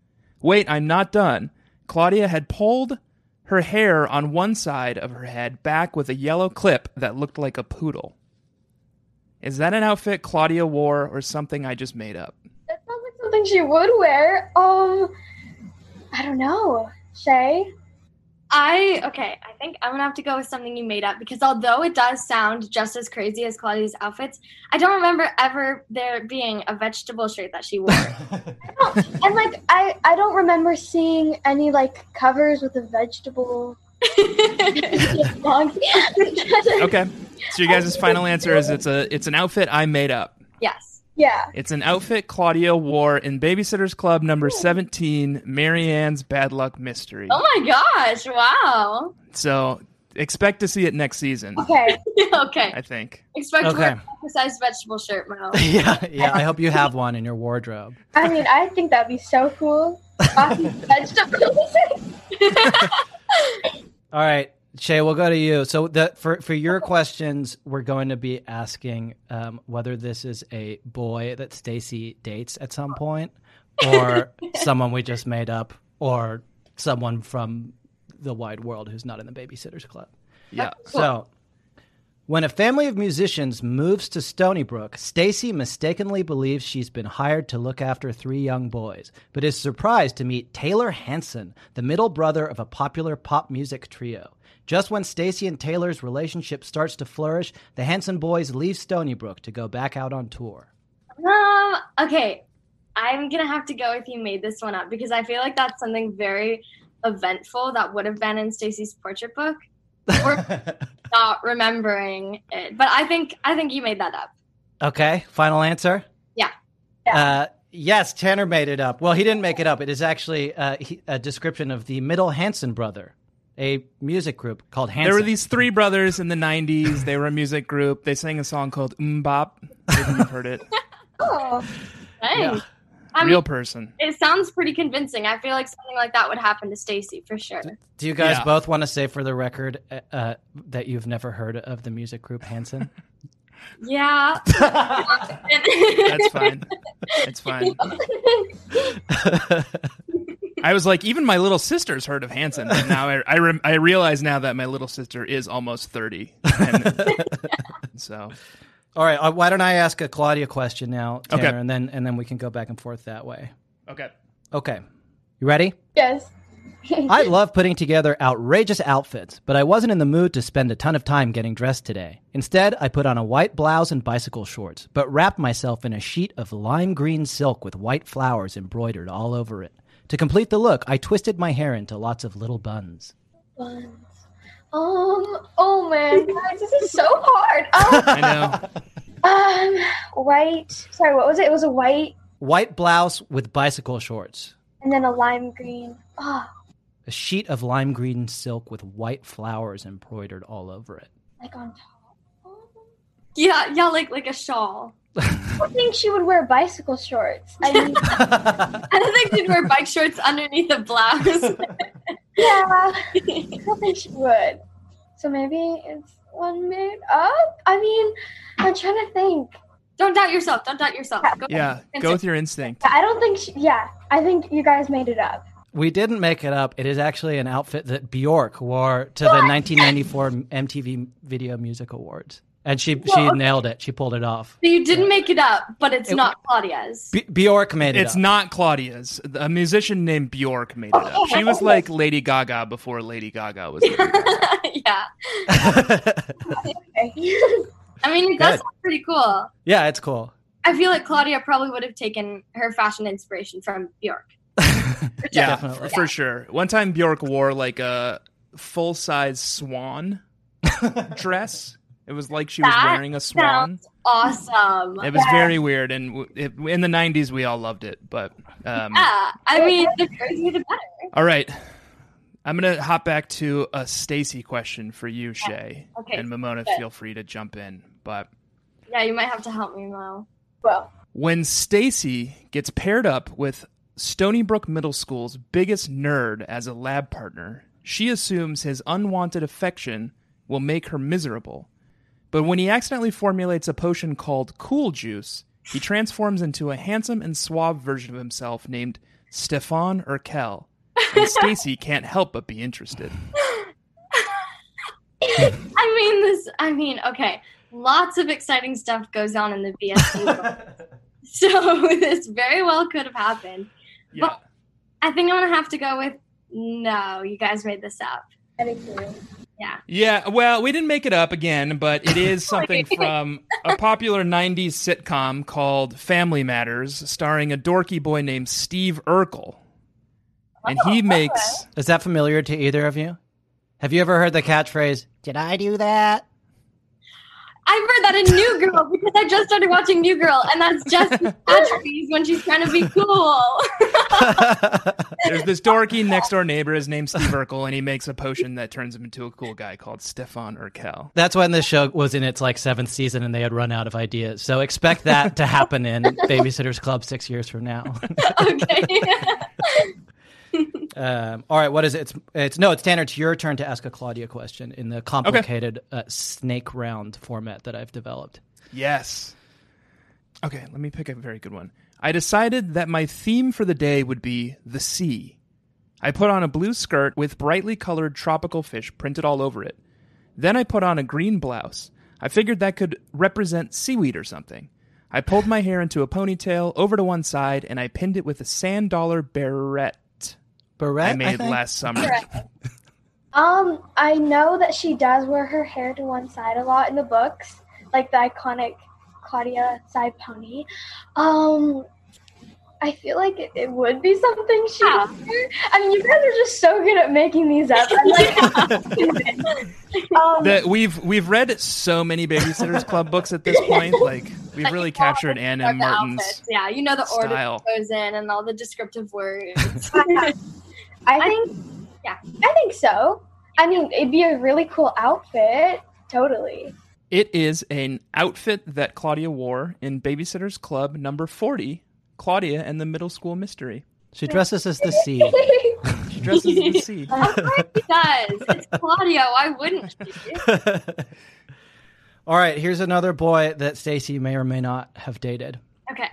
[SPEAKER 4] Wait, I'm not done. Claudia had pulled her hair on one side of her head back with a yellow clip that looked like a poodle. Is that an outfit Claudia wore or something I just made up?
[SPEAKER 12] That sounds like something she would wear. Um, I don't know, Shay.
[SPEAKER 11] I okay. I think I'm gonna have to go with something you made up because although it does sound just as crazy as Claudia's outfits, I don't remember ever there being a vegetable shirt that she wore.
[SPEAKER 12] And like I, I don't remember seeing any like covers with a vegetable.
[SPEAKER 4] Okay. So your guys' final answer is it's a it's an outfit I made up.
[SPEAKER 11] yes.
[SPEAKER 12] yeah.
[SPEAKER 4] It's an outfit Claudia wore in Babysitter's Club number 17, Marianne's Bad Luck Mystery.
[SPEAKER 11] Oh my gosh! Wow.
[SPEAKER 4] So expect to see it next season,
[SPEAKER 12] Okay.
[SPEAKER 11] okay.
[SPEAKER 4] I think.
[SPEAKER 11] Expect to wear
[SPEAKER 3] Okay.
[SPEAKER 11] a sized vegetable shirt, Mo.
[SPEAKER 3] yeah, yeah. I hope you have one in your wardrobe.
[SPEAKER 12] I mean, I think that'd be so cool. Awesome vegetables.
[SPEAKER 3] All right, Shay, we'll go to you. So the for for your questions, we're going to be asking um, whether this is a boy that Stacy dates at some point, or someone we just made up, or someone from the wide world who's not in the Babysitters Club.
[SPEAKER 4] Yeah.
[SPEAKER 3] So, when a family of musicians moves to Stony Brook, Stacy mistakenly believes she's been hired to look after three young boys, but is surprised to meet Taylor Hanson, the middle brother of a popular pop music trio. Just when Stacy and Taylor's relationship starts to flourish, the Hanson boys leave Stony Brook to go back out on tour.
[SPEAKER 11] Um. Okay, I'm gonna have to go with you made this one up because I feel like that's something very eventful that would have been in Stacy's portrait book. We're not remembering it, but I think I think you made that up.
[SPEAKER 3] Okay, final answer.
[SPEAKER 11] Yeah.
[SPEAKER 3] Uh, yes, Tanner made it up. Well, he didn't make it up. It is actually uh, he, a description of the middle Hanson brother, a music group called Hanson.
[SPEAKER 4] There were these three brothers in the 90s. They were a music group. They sang a song called Mbop. Maybe you've heard it.
[SPEAKER 12] Oh,
[SPEAKER 11] Thanks. I
[SPEAKER 4] Real
[SPEAKER 11] mean,
[SPEAKER 4] person.
[SPEAKER 11] it sounds pretty convincing. I feel like something like that would happen to Stacy for sure.
[SPEAKER 3] Do you guys
[SPEAKER 4] Yeah.
[SPEAKER 3] both want to say for the record uh, uh, that you've never heard of the music group Hanson?
[SPEAKER 11] Yeah.
[SPEAKER 4] That's fine. That's fine. I was like, even my little sister's heard of Hanson. But now I I, rem- I realize now that my little sister is almost thirty. And- so
[SPEAKER 3] All right, uh, why don't I ask a Claudia question now, Tanner,
[SPEAKER 4] Okay.
[SPEAKER 3] and then and then we can go back and forth that way.
[SPEAKER 4] okay,
[SPEAKER 3] Okay. You ready?
[SPEAKER 12] Yes.
[SPEAKER 3] I love putting together outrageous outfits, but I wasn't in the mood to spend a ton of time getting dressed today. Instead, I put on a white blouse and bicycle shorts, but wrapped myself in a sheet of lime green silk with white flowers embroidered all over it. To complete the look, I twisted my hair into lots of little buns.
[SPEAKER 12] Buns. Um. Oh man, guys, this is so hard. Um.
[SPEAKER 4] I know.
[SPEAKER 12] um white. Sorry, what was it? It was a white
[SPEAKER 3] White blouse with bicycle shorts.
[SPEAKER 12] and then a lime green. Oh,
[SPEAKER 3] A sheet of lime green silk with white flowers embroidered all over it.
[SPEAKER 12] like on top. Oh.
[SPEAKER 11] yeah, yeah, like like a shawl.
[SPEAKER 12] I don't think she would wear bicycle shorts. I mean,
[SPEAKER 11] I don't think she'd wear bike shorts underneath a blouse.
[SPEAKER 12] yeah, I don't think she would. So maybe it's one made up. I mean, I'm trying to think.
[SPEAKER 11] don't doubt yourself. Don't doubt yourself. Go
[SPEAKER 4] yeah. Go with your instinct.
[SPEAKER 12] I don't think. She, yeah, I think you guys made it up.
[SPEAKER 3] We didn't make it up. It is actually an outfit that Bjork wore to the 1994 MTV Video Music Awards, and she she nailed it. She pulled it off.
[SPEAKER 11] So you didn't make it up, but it's
[SPEAKER 3] It-
[SPEAKER 11] not Claudia's.
[SPEAKER 3] B- Bjork made it.
[SPEAKER 4] It's
[SPEAKER 3] up.
[SPEAKER 4] not Claudia's. A musician named Bjork made it up. She was like Lady Gaga before Lady Gaga was. Lady Gaga.
[SPEAKER 11] yeah.
[SPEAKER 12] Okay.
[SPEAKER 11] I mean, it does
[SPEAKER 3] Good.
[SPEAKER 11] sound pretty cool.
[SPEAKER 3] Yeah, it's cool.
[SPEAKER 11] I feel like Claudia probably would have taken her fashion inspiration from Bjork.
[SPEAKER 4] Yeah,
[SPEAKER 3] Definitely.
[SPEAKER 4] for sure. One time Bjork wore like a full size swan dress. It was like she was
[SPEAKER 11] That
[SPEAKER 4] wearing a swan.
[SPEAKER 11] Sounds awesome.
[SPEAKER 4] It was very weird, and w- it, in the '90s we all loved it. But um,
[SPEAKER 11] Yeah, I mean, the crazier the better.
[SPEAKER 4] all right, I'm gonna hop back to a Stacy question for you, Shay,
[SPEAKER 11] Okay.
[SPEAKER 4] and Mamona.
[SPEAKER 11] Good.
[SPEAKER 4] Feel free to jump in. But
[SPEAKER 11] Yeah, you might have to help me, Mo.
[SPEAKER 12] Well,
[SPEAKER 4] when Stacy gets paired up with Stony Brook Middle School's biggest nerd as a lab partner, she assumes his unwanted affection will make her miserable. But when he accidentally formulates a potion called Cool Juice, he transforms into a handsome and suave version of himself named Stefan Urkel. And Stacy can't help but be interested.
[SPEAKER 11] I mean, this. I mean, okay. Lots of exciting stuff goes on in the VSU. world. so this very well could have happened.
[SPEAKER 4] Yeah.
[SPEAKER 11] I think I'm gonna have to go with no. You guys made this up.
[SPEAKER 12] I think you.
[SPEAKER 4] Yeah, well, we didn't make it up again, but it is something from a popular 90s sitcom called Family Matters, starring a dorky boy named Steve Urkel. And he makes
[SPEAKER 3] Is that familiar to either of you? Have you ever heard the catchphrase "Did I do that?"
[SPEAKER 11] I've heard that in New Girl because I just started watching New Girl, and that's just catchphrase when she's trying to be cool.
[SPEAKER 4] there's this dorky next door neighbor, his name's Steve Urkel, and he makes a potion that turns him into a cool guy called Stefan Urkel.
[SPEAKER 3] That's when the show was in its like seventh season, and they had run out of ideas. So expect that to happen in Babysitters Club six years from now.
[SPEAKER 11] okay.
[SPEAKER 3] Um, all right, what is it? It's, it's no, it's Tanner. It's your turn to ask a Claudia question in the complicated uh, snake round format that I've developed.
[SPEAKER 4] Yes. Okay, let me pick a very good one. I decided that my theme for the day would be the sea. I put on a blue skirt with brightly colored tropical fish printed all over it. Then I put on a green blouse. I figured that could represent seaweed or something. I pulled my hair into a ponytail over to one side and I pinned it with a sand dollar barrette.
[SPEAKER 3] Barrette
[SPEAKER 4] I made
[SPEAKER 3] think?
[SPEAKER 4] last summer.
[SPEAKER 12] Um, I know that she does wear her hair to one side a lot in the books, like the iconic Claudia side pony. Um, I feel like it, it would be something she. would wear. I mean, you guys are just so good at making these up. I'm like, um,
[SPEAKER 4] The, we've we've read so many Babysitters Club books at this point. Like we've really captured Anna
[SPEAKER 11] Or
[SPEAKER 4] and
[SPEAKER 11] the
[SPEAKER 4] Martin's.
[SPEAKER 11] outfits. Yeah, you know the order
[SPEAKER 4] style.
[SPEAKER 11] it goes in and all the descriptive words.
[SPEAKER 12] I think.
[SPEAKER 11] Yeah.
[SPEAKER 12] I think so. I mean, it'd be a really cool outfit. Totally.
[SPEAKER 4] It is an outfit that Claudia wore in Babysitters Club number forty, Claudia and the Middle School Mystery.
[SPEAKER 3] She dresses as the sea.
[SPEAKER 4] She dresses as the sea.
[SPEAKER 11] of course she does. It's Claudia. Why wouldn't she?
[SPEAKER 3] All right, here's another boy that Stacy may or may not have dated.
[SPEAKER 11] Okay.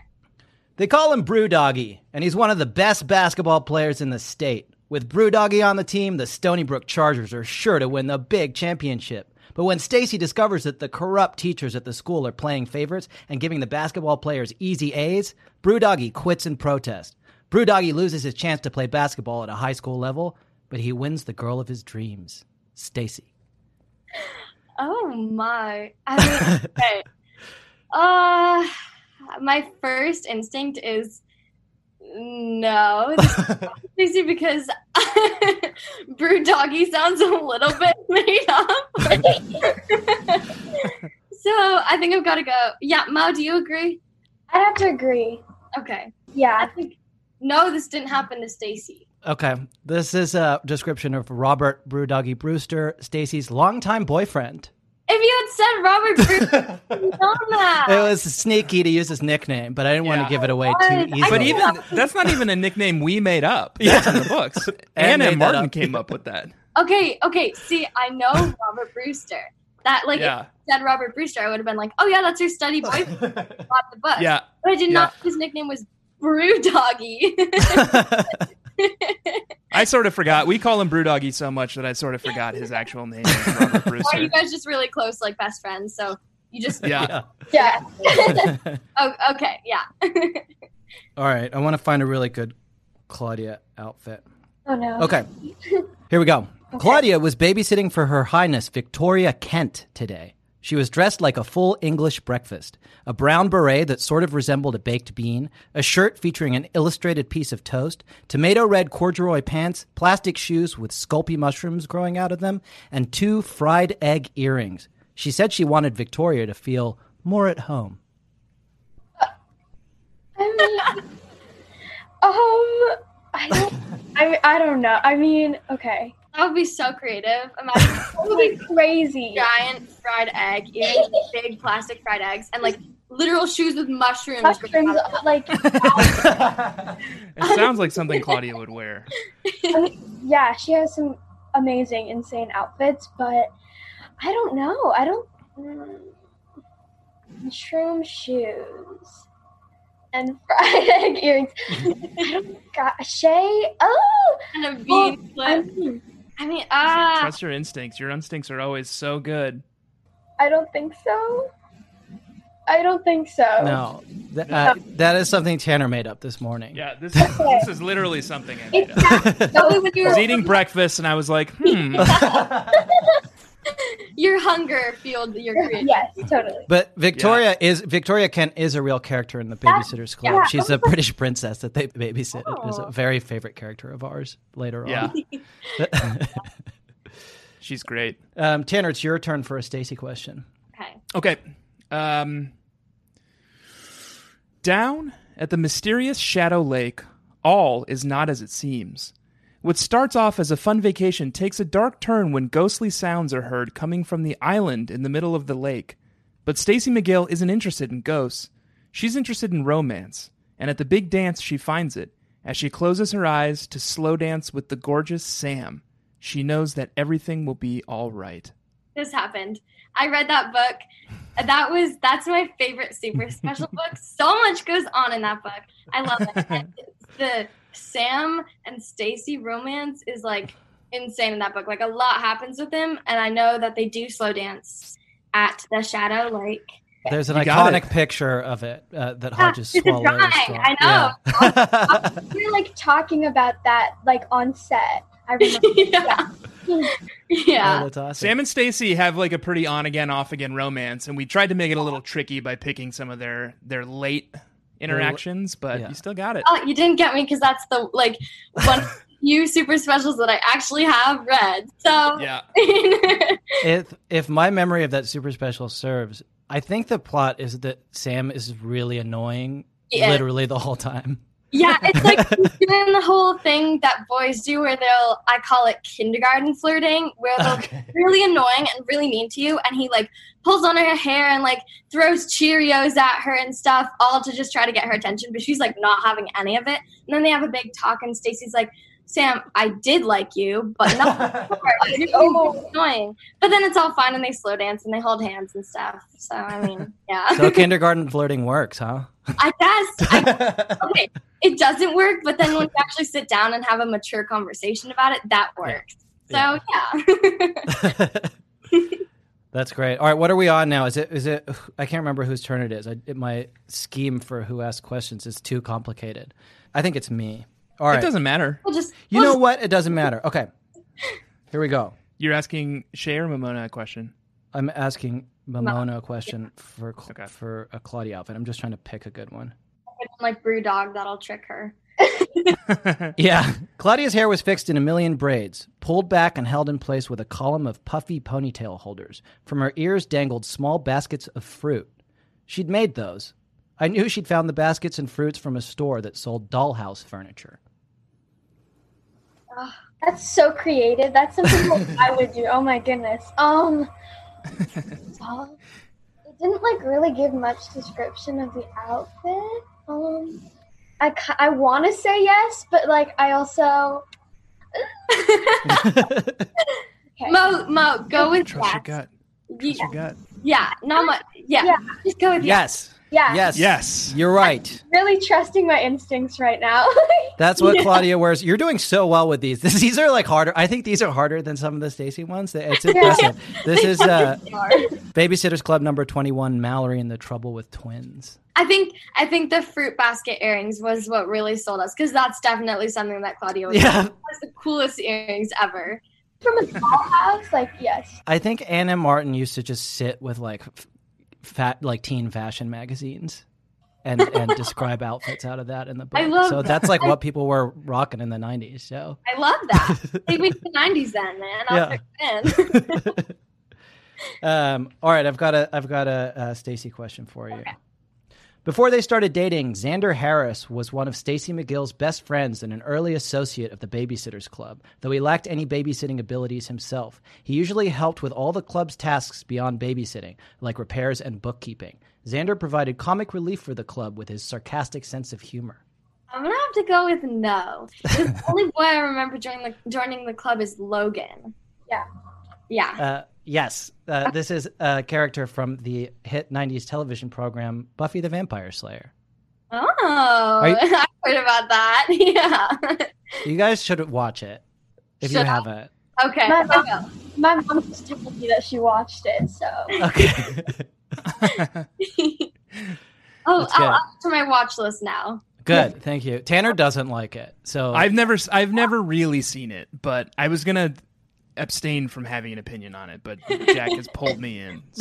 [SPEAKER 3] They call him Brew Doggy, and he's one of the best basketball players in the state. With Brew Doggy on the team, the Stony Brook Chargers are sure to win the big championship. But when Stacy discovers that the corrupt teachers at the school are playing favorites and giving the basketball players easy A's, Brew Doggy quits in protest. Brew Doggy loses his chance to play basketball at a high school level, but he wins the girl of his dreams, Stacy.
[SPEAKER 11] Oh my. I mean, okay. Uh, my first instinct is no. This is Crazy because Brew Doggy sounds a little bit made up. so I think I've got to go. Yeah, Mao, do you agree?
[SPEAKER 12] I have to agree.
[SPEAKER 11] Okay.
[SPEAKER 12] Yeah.
[SPEAKER 11] I think no, this didn't happen to Stacy.
[SPEAKER 3] Okay. This is a description of Robert Brewdoggy Brewster, Stacy's longtime boyfriend.
[SPEAKER 11] If you had said Robert Bruce, you know that.
[SPEAKER 3] It was sneaky to use his nickname, but I didn't want
[SPEAKER 4] Yeah.
[SPEAKER 3] to give it away
[SPEAKER 11] I
[SPEAKER 3] too
[SPEAKER 11] know.
[SPEAKER 3] easily.
[SPEAKER 4] But even that's not even a nickname we made up. That's in the books. Anna
[SPEAKER 3] made
[SPEAKER 4] and
[SPEAKER 3] that
[SPEAKER 4] Martin
[SPEAKER 3] up.
[SPEAKER 4] came up with that.
[SPEAKER 11] Okay, okay. See, I know Robert Brewster. That like
[SPEAKER 4] Yeah.
[SPEAKER 11] if you said Robert Brewster, I would have been like, oh yeah, that's her study boyfriend. Bought the book.
[SPEAKER 4] Yeah.
[SPEAKER 11] But I did
[SPEAKER 4] Yeah.
[SPEAKER 11] not. His nickname was Brew Doggy.
[SPEAKER 4] I sort of forgot. We call him Brewdoggy so much that I sort of forgot his actual name. is Robert
[SPEAKER 11] Why are you
[SPEAKER 4] Brewster.
[SPEAKER 11] guys just really close, like best friends? So you just
[SPEAKER 4] Yeah.
[SPEAKER 12] Yeah.
[SPEAKER 11] Oh, okay, yeah.
[SPEAKER 3] All right. I want to find a really good Claudia outfit.
[SPEAKER 12] Oh no.
[SPEAKER 3] Okay. Here we go. Claudia was babysitting for Her Highness Victoria Kent today. She was dressed like a full English breakfast a brown beret that sort of resembled a baked bean, a shirt featuring an illustrated piece of toast, tomato red corduroy pants, plastic shoes with sculpy mushrooms growing out of them, and two fried egg earrings. She said she wanted Victoria to feel more at home.
[SPEAKER 12] I mean, um, I don't. I mean, I don't know. I mean, okay.
[SPEAKER 11] That would be so creative. Imagine
[SPEAKER 12] That would be crazy.
[SPEAKER 11] giant fried egg, eating big plastic fried eggs, and like literal shoes with mushrooms.
[SPEAKER 12] Mushrooms, like,
[SPEAKER 4] It sounds like something Claudia would wear.
[SPEAKER 12] I mean, yeah, she has some amazing, insane outfits, but I don't know. I don't. mm, Mushroom shoes and fried egg earrings. I don't got Shay. Oh,
[SPEAKER 11] and a bean
[SPEAKER 12] I,
[SPEAKER 11] flip.
[SPEAKER 12] mean,
[SPEAKER 11] I mean, ah.
[SPEAKER 4] Trust your instincts. Your instincts are always so good.
[SPEAKER 12] I don't think so. I don't think so.
[SPEAKER 3] No, th- uh, that is something Tanner made up this morning.
[SPEAKER 4] Yeah, this is, this is literally something I made
[SPEAKER 12] It's
[SPEAKER 4] up.
[SPEAKER 12] not- no, when
[SPEAKER 4] I
[SPEAKER 12] you
[SPEAKER 4] was
[SPEAKER 12] were-
[SPEAKER 4] eating breakfast and I was like, hmm.
[SPEAKER 11] your hunger fueled your creativity.
[SPEAKER 12] yes, totally.
[SPEAKER 3] But Victoria is Victoria Kent is a real character in the Babysitter's Club.
[SPEAKER 12] yeah.
[SPEAKER 3] She's a British princess that they babysitted. It was a
[SPEAKER 11] Oh.
[SPEAKER 3] very favorite character of ours later
[SPEAKER 4] Yeah,
[SPEAKER 3] on.
[SPEAKER 4] she's great.
[SPEAKER 3] um, Tanner, it's your turn for a Stacy question.
[SPEAKER 11] Okay.
[SPEAKER 4] Okay. Um, down at the mysterious Shadow Lake, all is not as it seems. What starts off as a fun vacation takes a dark turn when ghostly sounds are heard coming from the island in the middle of the lake. But Stacy McGill isn't interested in ghosts. She's interested in romance, and at the big dance she finds it as she closes her eyes to slow dance with the gorgeous Sam. She knows that everything will be all right.
[SPEAKER 11] This happened. I read that book that was that's my favorite super special book. So much goes on in that book. I love it. And the Sam and Stacy romance is like insane in that book. Like a lot happens with them, and I know that they do slow dance at the Shadow Lake.
[SPEAKER 3] There's an
[SPEAKER 4] You got
[SPEAKER 3] iconic picture of it uh, that
[SPEAKER 11] Yeah,
[SPEAKER 3] Hodges
[SPEAKER 11] Ah, it's a
[SPEAKER 3] swallows.
[SPEAKER 11] drawing.
[SPEAKER 3] from-
[SPEAKER 11] I know.
[SPEAKER 12] we were like talking about that like on set. I remember. yeah.
[SPEAKER 3] Oh,
[SPEAKER 11] Yeah.
[SPEAKER 4] Sam and Stacy have like a pretty on again, off again romance, and we tried to make it a little tricky by picking some of their their late interactions, but you still got it.
[SPEAKER 11] Oh, you didn't get me because that's the like one of the few super specials that I actually have read. So
[SPEAKER 4] yeah.
[SPEAKER 3] if if my memory of that super special serves, I think the plot is that Sam is really annoying
[SPEAKER 11] Yeah.
[SPEAKER 3] literally the whole time.
[SPEAKER 11] yeah, it's like he's doing the whole thing that boys do where they'll I call it kindergarten flirting, where they'll be really annoying and really mean to you and he like pulls on her hair and like throws Cheerios at her and stuff, all to just try to get her attention, but she's like not having any of it. And then they have a big talk and Stacy's like Sam, I did like you, but not before. You're really annoying. But then it's all fine, and they slow dance and they hold hands and stuff. So I mean, yeah.
[SPEAKER 3] So kindergarten flirting works, huh?
[SPEAKER 11] I guess. I, okay, it doesn't work, but then when you actually sit down and have a mature conversation about it, that works. So yeah.
[SPEAKER 3] That's great. All right, what are we on now? Is it is it? I can't remember whose turn it is. I, it, my scheme for who asks questions is too complicated. I think it's me. All right,
[SPEAKER 4] It doesn't matter.
[SPEAKER 11] We'll just
[SPEAKER 3] You know what? It doesn't matter. Okay, here we go.
[SPEAKER 4] You're asking Shay or Mamona a question.
[SPEAKER 3] I'm asking Mamona a question for Cl- for a Claudia outfit. I'm just trying to pick a good one.
[SPEAKER 11] like brew dog, that'll trick her.
[SPEAKER 3] Yeah. Claudia's hair was fixed in a million braids, pulled back and held in place with a column of puffy ponytail holders. From her ears dangled small baskets of fruit. She'd made those. I knew she'd found the baskets and fruits from a store that sold dollhouse furniture.
[SPEAKER 12] Ugh, that's so creative. That's something like I would do. Oh my goodness. Um, so, it didn't like really give much description of the outfit. Um, I ki- I want to say yes, but like I also.
[SPEAKER 11] Mo, Mo, go with
[SPEAKER 4] Trust your
[SPEAKER 11] yes.
[SPEAKER 4] gut.
[SPEAKER 11] Yeah.
[SPEAKER 4] Trust your gut.
[SPEAKER 11] Yeah, not much. Yeah. just go with
[SPEAKER 3] Yes.
[SPEAKER 12] Yeah.
[SPEAKER 3] Yes.
[SPEAKER 4] Yes.
[SPEAKER 3] You're right.
[SPEAKER 12] Really trusting my instincts right now.
[SPEAKER 3] That's what
[SPEAKER 12] Yeah.
[SPEAKER 3] Claudia wears. You're doing so well with these. these are like harder. I think these are harder than some of the Stacy ones. It's impressive. This is uh, Babysitters Club number 21, Mallory and the Trouble with Twins.
[SPEAKER 11] I think I think the fruit basket earrings was what really sold us because that's definitely something that Claudia was.
[SPEAKER 3] Yeah.
[SPEAKER 11] That was the coolest earrings ever.
[SPEAKER 12] From a dollhouse, like yes.
[SPEAKER 3] I think Anna Martin used to just sit with like f- fat, like teen fashion magazines, and and describe outfits out of that in the book.
[SPEAKER 11] I love
[SPEAKER 3] so
[SPEAKER 11] that.
[SPEAKER 3] that's like what people were rocking in the '90s. So
[SPEAKER 11] I love that. They went to the nineties then, man. I'll fit in.
[SPEAKER 3] Um, all right, I've got a I've got a, uh Stacy question for you. Before they started dating, Xander Harris was one of Stacy McGill's best friends and an early associate of the Babysitters Club. Though he lacked any babysitting abilities himself, he usually helped with all the club's tasks beyond babysitting, like repairs and bookkeeping. Xander provided comic relief for the club with his sarcastic sense of humor.
[SPEAKER 11] I'm gonna have to go with no. The only boy I remember joining the joining the club is Logan.
[SPEAKER 12] Yeah.
[SPEAKER 11] Yeah.
[SPEAKER 3] Uh, yes, uh, this is a character from the hit '90s television program Buffy the Vampire Slayer.
[SPEAKER 11] Oh,
[SPEAKER 3] Are you-
[SPEAKER 11] I heard about that. Yeah.
[SPEAKER 3] You guys should watch it if you
[SPEAKER 11] Should I?
[SPEAKER 3] haven't.
[SPEAKER 11] Okay.
[SPEAKER 12] My
[SPEAKER 11] I'll
[SPEAKER 12] mom, my mom just told me that she watched it, so
[SPEAKER 3] Okay.
[SPEAKER 11] Oh,
[SPEAKER 3] That's
[SPEAKER 11] I'll
[SPEAKER 3] good.
[SPEAKER 11] add it to my watch list now.
[SPEAKER 3] Good. Thank you. Tanner doesn't like it. So
[SPEAKER 4] I've never s- I've never really seen it, but I was gonna abstain from having an opinion on it, but Jack has pulled me in.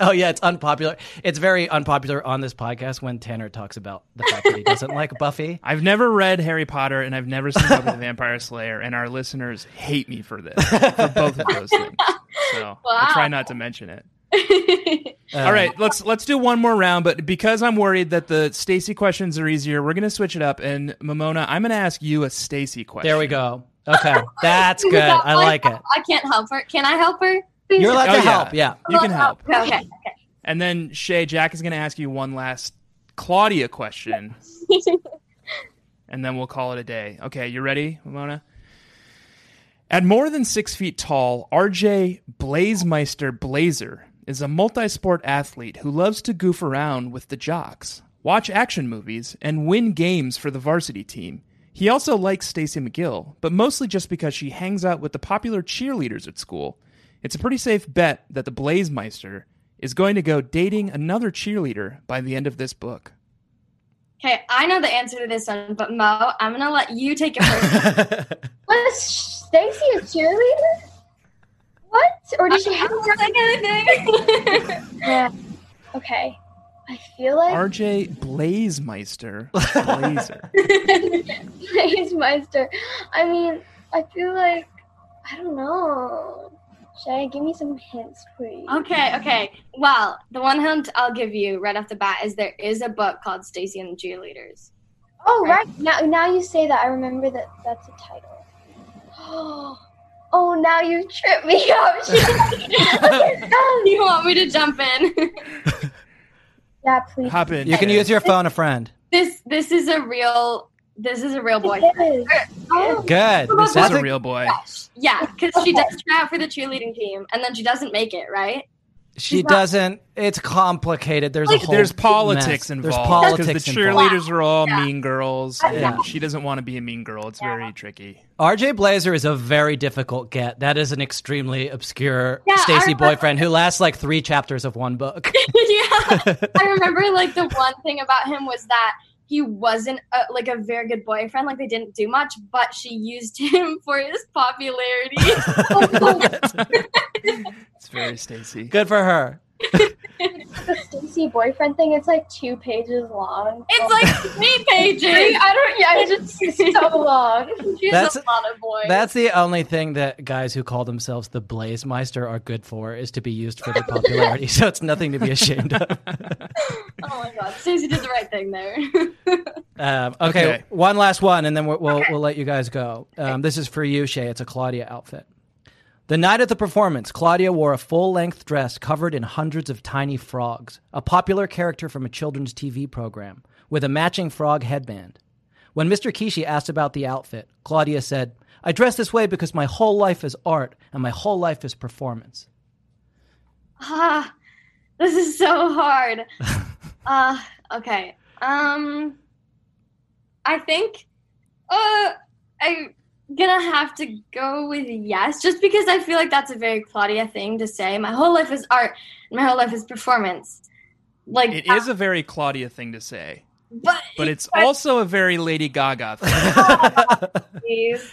[SPEAKER 3] Oh yeah, it's unpopular. It's very unpopular on this podcast when Tanner talks about the fact that he doesn't like Buffy.
[SPEAKER 4] I've never read Harry Potter and I've never seen Buffy the Vampire Slayer, and our listeners hate me for this, for both of those things. So I try not to mention it. All
[SPEAKER 3] Uh,
[SPEAKER 4] right, let's let's do one more round, but because I'm worried that the Stacy questions are easier, we're gonna switch it up. And Mamona, I'm gonna ask you a Stacy question.
[SPEAKER 3] There we go. Okay. That's good.
[SPEAKER 11] Without
[SPEAKER 3] I
[SPEAKER 11] my
[SPEAKER 3] like it.
[SPEAKER 11] help, I can't help her. Can I help her?
[SPEAKER 3] You're allowed to
[SPEAKER 4] Oh, yeah.
[SPEAKER 3] help. Yeah.
[SPEAKER 4] You can help.
[SPEAKER 11] Okay. okay.
[SPEAKER 4] And then Shay, Jack is going to ask you one last Claudia question, and then we'll call it a day. Okay, you ready, Mona? At more than six feet tall, R.J. Blazemeister Blazer is a multi sport athlete who loves to goof around with the jocks, watch action movies, and win games for the varsity team. He also likes Stacey McGill, but mostly just because she hangs out with the popular cheerleaders at school. It's a pretty safe bet that the Blazemeister is going to go dating another cheerleader by the end of this book.
[SPEAKER 11] Okay, I know the answer to this one, but Mo, I'm gonna let you take it first.
[SPEAKER 12] Was Stacy a cheerleader? What? Or did she have
[SPEAKER 11] like anything?
[SPEAKER 12] yeah. Okay. I feel like
[SPEAKER 4] RJ Blazemeister. Blazer.
[SPEAKER 12] Blazemeister. I mean, I feel like I don't know. Shay, give me some hints, please.
[SPEAKER 11] Okay, okay. Well, the one hint I'll give you right off the bat is there is a book called Stacy and the Cheerleaders.
[SPEAKER 12] Oh right. Now now you say that I remember that that's a title. Oh now you tripped me up.
[SPEAKER 11] you want me to jump in?
[SPEAKER 12] yeah, please.
[SPEAKER 4] Hop in.
[SPEAKER 3] You can use your phone a friend.
[SPEAKER 11] This this is a real this is a real boy.
[SPEAKER 12] It is. Oh,
[SPEAKER 3] Good.
[SPEAKER 4] This is a real boy.
[SPEAKER 11] Yeah, because she does try out for the cheerleading team and then she doesn't make it, right?
[SPEAKER 3] She doesn't. It's complicated. There's a whole
[SPEAKER 4] There's
[SPEAKER 3] mess.
[SPEAKER 4] politics involved.
[SPEAKER 3] There's politics
[SPEAKER 4] because the
[SPEAKER 3] involved.
[SPEAKER 4] cheerleaders are all mean girls, and
[SPEAKER 3] Yeah.
[SPEAKER 4] she doesn't want to be a mean girl. It's very tricky.
[SPEAKER 3] RJ Blazer is a very difficult get. That is an extremely obscure
[SPEAKER 11] Yeah,
[SPEAKER 3] Stacy
[SPEAKER 11] I remember-
[SPEAKER 3] boyfriend who lasts like three chapters of one book.
[SPEAKER 11] yeah. I remember like the one thing about him was that he wasn't a, like a very good boyfriend. Like they didn't do much, but she used him for his popularity.
[SPEAKER 4] It's very Stacy.
[SPEAKER 3] Good for her.
[SPEAKER 12] The Stacy boyfriend thing, it's like two pages long.
[SPEAKER 11] it's like three pages.
[SPEAKER 12] I don't yeah, it's just so long.
[SPEAKER 11] She's
[SPEAKER 3] That's-
[SPEAKER 11] a lot of boys.
[SPEAKER 3] That's the only thing that guys who call themselves the Blazemeister are good for is to be used for their popularity. so it's nothing to be ashamed of.
[SPEAKER 11] oh my god, Stacey did the right thing there.
[SPEAKER 3] Um, okay,
[SPEAKER 4] Okay.
[SPEAKER 3] one last one, and then we'll we'll, we'll let you guys go. Um, this is for you, Shay. It's a Claudia outfit. The night of the performance, Claudia wore a full length dress covered in hundreds of tiny frogs, a popular character from a children's TV program, with a matching frog headband. When Mr. Kishi asked about the outfit, Claudia said, I dress this way because my whole life is art and my whole life is performance.
[SPEAKER 11] ah, this is so hard. Uh, okay. Um, I think uh, I'm gonna have to go with yes, just because I feel like that's a very Claudia thing to say. My whole life is art, and my whole life is performance. Like,
[SPEAKER 4] It is a very Claudia thing to say,
[SPEAKER 11] but,
[SPEAKER 4] but it's also a very Lady Gaga thing.
[SPEAKER 11] please.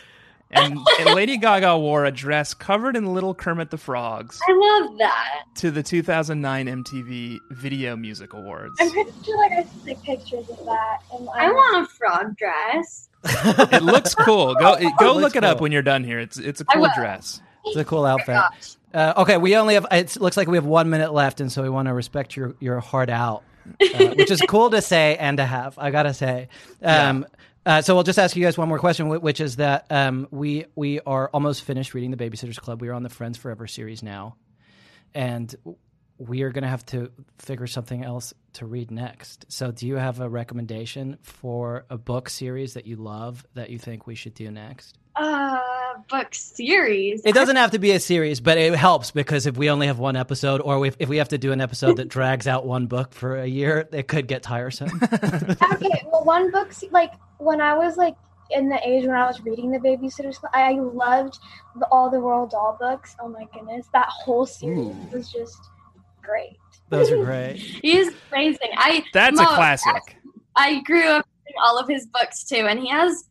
[SPEAKER 4] And, and Lady Gaga wore a dress covered in little Kermit the Frogs
[SPEAKER 11] I love that.
[SPEAKER 4] to the 2009 MTV Video Music Awards.
[SPEAKER 12] I'm pretty sure like I see pictures of that and
[SPEAKER 11] I want a frog dress.
[SPEAKER 4] It looks cool. Go it-
[SPEAKER 3] It
[SPEAKER 4] go
[SPEAKER 3] looks
[SPEAKER 4] look it up
[SPEAKER 3] cool.
[SPEAKER 4] when you're done here. It's it's a
[SPEAKER 11] I
[SPEAKER 4] cool
[SPEAKER 11] will.
[SPEAKER 4] dress.
[SPEAKER 3] It's a cool outfit. Uh, okay, we only have. It looks like we have one minute left, and so we want to respect your your heart out, uh, which is cool to say and to have. I gotta say. Um, uh, so we'll just ask you guys one more question, wh- which is that um, we we are almost finished reading the Babysitters Club. We are on the Friends Forever series now, and we are gonna have to figure something else to read next. So, do you have a recommendation for a book series that you love that you think we should do next?
[SPEAKER 11] Uh, book series.
[SPEAKER 3] It doesn't have to be a series, but it helps because if we only have one episode, or if, if we have to do an episode that drags out one book for a year, it could get tiresome.
[SPEAKER 12] okay, well, one book, se- like when I was like in the age when I was reading the Babysitters, Club, I I loved the, all the Roald Dahl books. Oh my goodness, that whole series
[SPEAKER 4] Ooh.
[SPEAKER 12] was just great.
[SPEAKER 3] Those are great.
[SPEAKER 11] He is amazing. I
[SPEAKER 4] That's a
[SPEAKER 11] Mo,
[SPEAKER 4] classic.
[SPEAKER 11] I grew up in all of his books too, and he has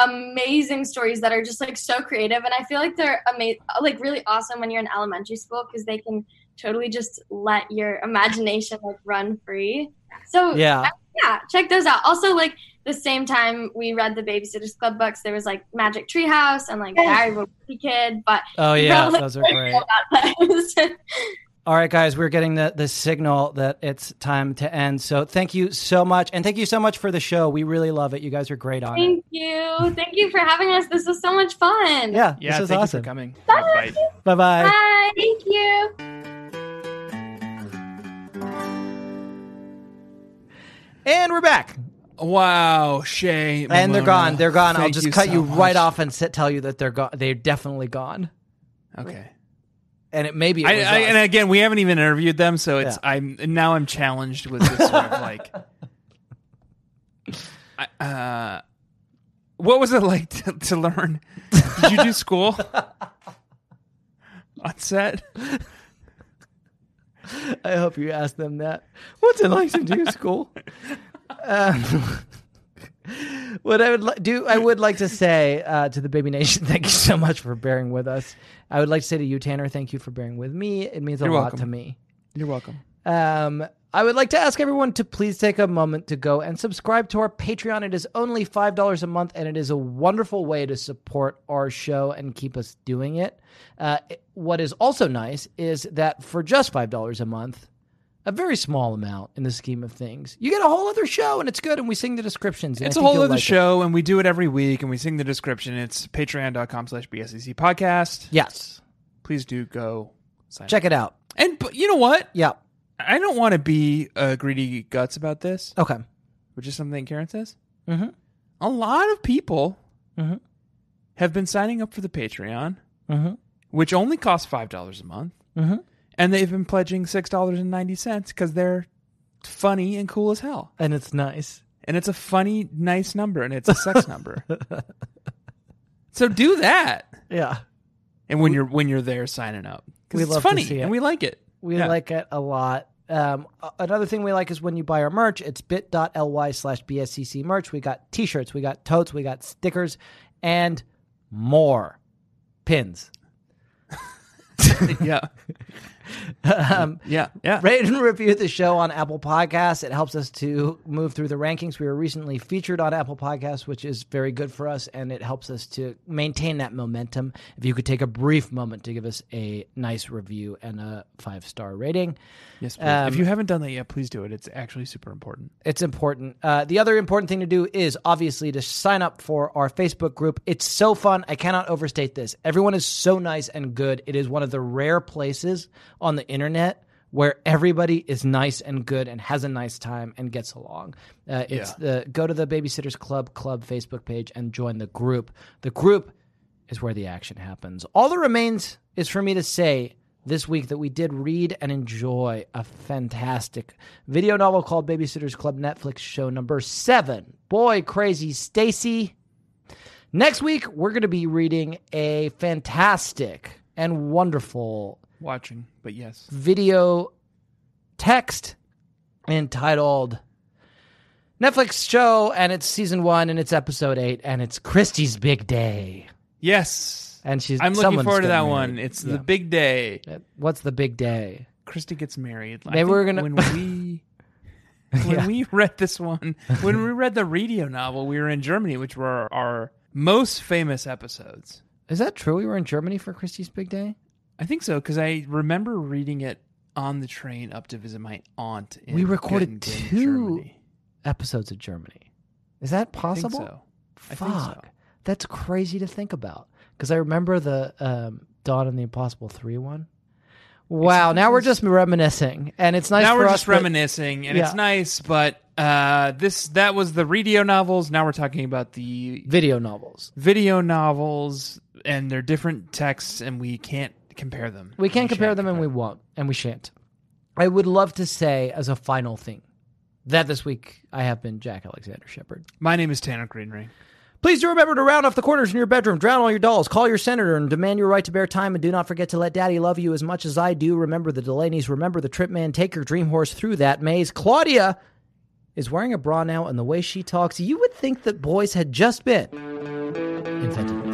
[SPEAKER 11] amazing stories that are just like so creative. And I feel like they're amazing, like really awesome when you're in elementary school because they can totally just let your imagination like run free. So
[SPEAKER 3] Yeah.
[SPEAKER 11] yeah, check those out. Also, like the same time we read the Babysitters Club books, there was like Magic Tree House and like
[SPEAKER 12] Yes.
[SPEAKER 11] Diary of a Wimpy Kid, but
[SPEAKER 3] Oh, yeah.
[SPEAKER 11] Well,
[SPEAKER 3] Those are great. All right, guys, we're getting the, the signal that it's time to end. So, thank you so much. And thank you so much for the show. We really love it. You guys are great on it.
[SPEAKER 11] Thank you. Thank you for having us. This was so much fun.
[SPEAKER 3] Yeah.
[SPEAKER 4] Yeah,
[SPEAKER 3] this was
[SPEAKER 4] thank
[SPEAKER 3] awesome.
[SPEAKER 4] you for coming. Bye.
[SPEAKER 3] Bye bye.
[SPEAKER 11] Bye. Thank you.
[SPEAKER 3] And we're back.
[SPEAKER 4] Wow, Shay.
[SPEAKER 3] And they're
[SPEAKER 4] Mamona,
[SPEAKER 3] gone. They're gone. I'll
[SPEAKER 4] uh, thank
[SPEAKER 3] just cut
[SPEAKER 4] so
[SPEAKER 3] you right
[SPEAKER 4] much.
[SPEAKER 3] off and sit, tell you that they're gone. They're definitely gone.
[SPEAKER 4] Okay.
[SPEAKER 3] and it maybe it
[SPEAKER 4] I,
[SPEAKER 3] was
[SPEAKER 4] I,
[SPEAKER 3] us.
[SPEAKER 4] and again, we haven't even interviewed them, so it's
[SPEAKER 3] Yeah.
[SPEAKER 4] I'm now I'm challenged with this sort of like. I, uh, what was it like to, to learn? Did you do school on set?
[SPEAKER 3] I hope you asked them that. What's it like to do school? Um, what I would li- do, I would like to say uh, to the Baby Nation, thank you so much for bearing with us. I would like to say to you, Tanner, thank you for bearing with me. It means a
[SPEAKER 4] You're
[SPEAKER 3] lot
[SPEAKER 4] welcome.
[SPEAKER 3] to me.
[SPEAKER 4] You're welcome.
[SPEAKER 3] Um, I would like to ask everyone to please take a moment to go and subscribe to our Patreon. It is only $5 a month, and it is a wonderful way to support our show and keep us doing it. Uh, it- what is also nice is that for just $5 a month, a very small amount in the scheme of things, you get a whole other show, and it's good, and we sing the descriptions. and I
[SPEAKER 4] It's a
[SPEAKER 3] think
[SPEAKER 4] whole
[SPEAKER 3] you'll
[SPEAKER 4] other
[SPEAKER 3] like it.
[SPEAKER 4] show, and we do it every week, and we sing the description. It's patreon.com slash bsec podcast.
[SPEAKER 3] Yes.
[SPEAKER 4] Please do go sign
[SPEAKER 3] Check
[SPEAKER 4] up.
[SPEAKER 3] it out.
[SPEAKER 4] And but you know what?
[SPEAKER 3] Yeah.
[SPEAKER 4] I don't want to be uh, greedy guts about this,
[SPEAKER 3] Okay.
[SPEAKER 4] which is something Karen says.
[SPEAKER 3] Mm-hmm.
[SPEAKER 4] A lot of people
[SPEAKER 3] Mhm.
[SPEAKER 4] have been signing up for the Patreon,
[SPEAKER 3] Mm-hmm.
[SPEAKER 4] which only costs five dollars a month,
[SPEAKER 3] Mm-hmm.
[SPEAKER 4] and they've been pledging six dollars and ninety cents because they're funny and cool as hell,
[SPEAKER 3] And it's nice.
[SPEAKER 4] and it's a funny, nice number, and it's a sex number. So do that,
[SPEAKER 3] Yeah.
[SPEAKER 4] and when you're when you're there signing up,
[SPEAKER 3] We
[SPEAKER 4] because it's
[SPEAKER 3] love to
[SPEAKER 4] funny
[SPEAKER 3] see it.
[SPEAKER 4] and we like it.
[SPEAKER 3] We
[SPEAKER 4] Yeah.
[SPEAKER 3] like it a lot. Um, a- another thing we like is when you buy our merch, it's bit.ly slash BSCC merch. We got t shirts, we got totes, we got stickers, and more pins.
[SPEAKER 4] yeah,
[SPEAKER 3] um,
[SPEAKER 4] yeah, yeah.
[SPEAKER 3] Rate and review the show on Apple Podcasts. It helps us to move through the rankings. We were recently featured on Apple Podcasts, which is very good for us, and it helps us to maintain that momentum. If you could take a brief moment to give us a nice review and a five star rating.
[SPEAKER 4] Yes, please.
[SPEAKER 3] Um,
[SPEAKER 4] if you haven't done that yet, please do it. It's actually super important.
[SPEAKER 3] It's important. Uh, the other important thing to do is obviously to sign up for our Facebook group. It's so fun. I cannot overstate this. Everyone is so nice and good. It is one of the rare places on the internet where everybody is nice and good and has a nice time and gets along. Uh, it's the go to the Babysitters Club Club Facebook page and join the group. The group is where the action happens. All that remains is for me to say this week that we did read and enjoy a fantastic video novel called Babysitter's Club Netflix show number seven. Boy, crazy Stacy. Next week, we're going to be reading a fantastic and wonderful
[SPEAKER 4] Watching, but yes,
[SPEAKER 3] video text entitled Netflix show, and it's season one, and it's episode eight, and it's Christie's Big Day.
[SPEAKER 4] yes.
[SPEAKER 3] And she's.
[SPEAKER 4] I'm looking
[SPEAKER 3] someone's
[SPEAKER 4] forward to that
[SPEAKER 3] getting
[SPEAKER 4] one.
[SPEAKER 3] married.
[SPEAKER 4] It's
[SPEAKER 3] Yeah.
[SPEAKER 4] the big day.
[SPEAKER 3] What's the big day?
[SPEAKER 4] Christy gets married. I
[SPEAKER 3] Maybe
[SPEAKER 4] think
[SPEAKER 3] we're gonna-
[SPEAKER 4] when we when
[SPEAKER 3] Yeah.
[SPEAKER 4] we read this one when we read the radio novel. We were in Germany, which were our, our most famous episodes.
[SPEAKER 3] Is that true? We were in Germany for Christie's Big Day.
[SPEAKER 4] I think so because I remember reading it on the train up to visit my aunt. In
[SPEAKER 3] We recorded
[SPEAKER 4] Göttingen,
[SPEAKER 3] two
[SPEAKER 4] Germany.
[SPEAKER 3] Episodes of Germany. Is that possible?
[SPEAKER 4] I think so. I
[SPEAKER 3] Fuck,
[SPEAKER 4] think so.
[SPEAKER 3] that's crazy to think about. Because I remember the um, Dawn and the Impossible Three one. Wow, now we're just reminiscing, and it's nice.
[SPEAKER 4] now
[SPEAKER 3] for
[SPEAKER 4] we're
[SPEAKER 3] us
[SPEAKER 4] just
[SPEAKER 3] that-
[SPEAKER 4] reminiscing, and
[SPEAKER 3] Yeah.
[SPEAKER 4] it's nice, but uh, this that was the radio novels. Now we're talking about the
[SPEAKER 3] Video novels.
[SPEAKER 4] video novels and they're different texts and we can't compare them.
[SPEAKER 3] We can't compare
[SPEAKER 4] shan't
[SPEAKER 3] them, and we won't, and we shan't. I would love to say as a final thing that this week I have been Jack Alexander Shepard.
[SPEAKER 4] My name is Tanner Greenring.
[SPEAKER 3] Please do remember to round off the corners in your bedroom, drown all your dolls, call your senator, and demand your right to bear time. And do not forget to let daddy love you as much as I do. Remember the Delaney's, remember the trip man, take your dream horse through that maze. Claudia is wearing a bra now, and the way she talks, you would think that boys had just been invented.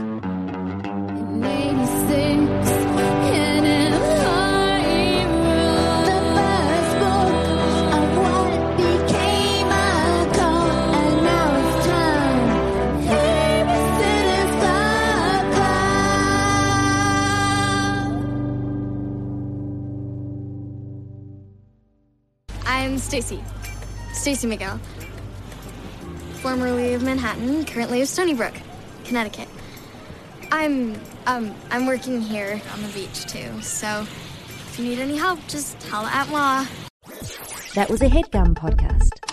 [SPEAKER 5] I'm Stacy.
[SPEAKER 6] Stacy Miguel, formerly of Manhattan, currently of Stony Brook, Connecticut. I'm um I'm working here on the beach too, so if you need any help, just holla at Ma.
[SPEAKER 1] That was a headgum podcast.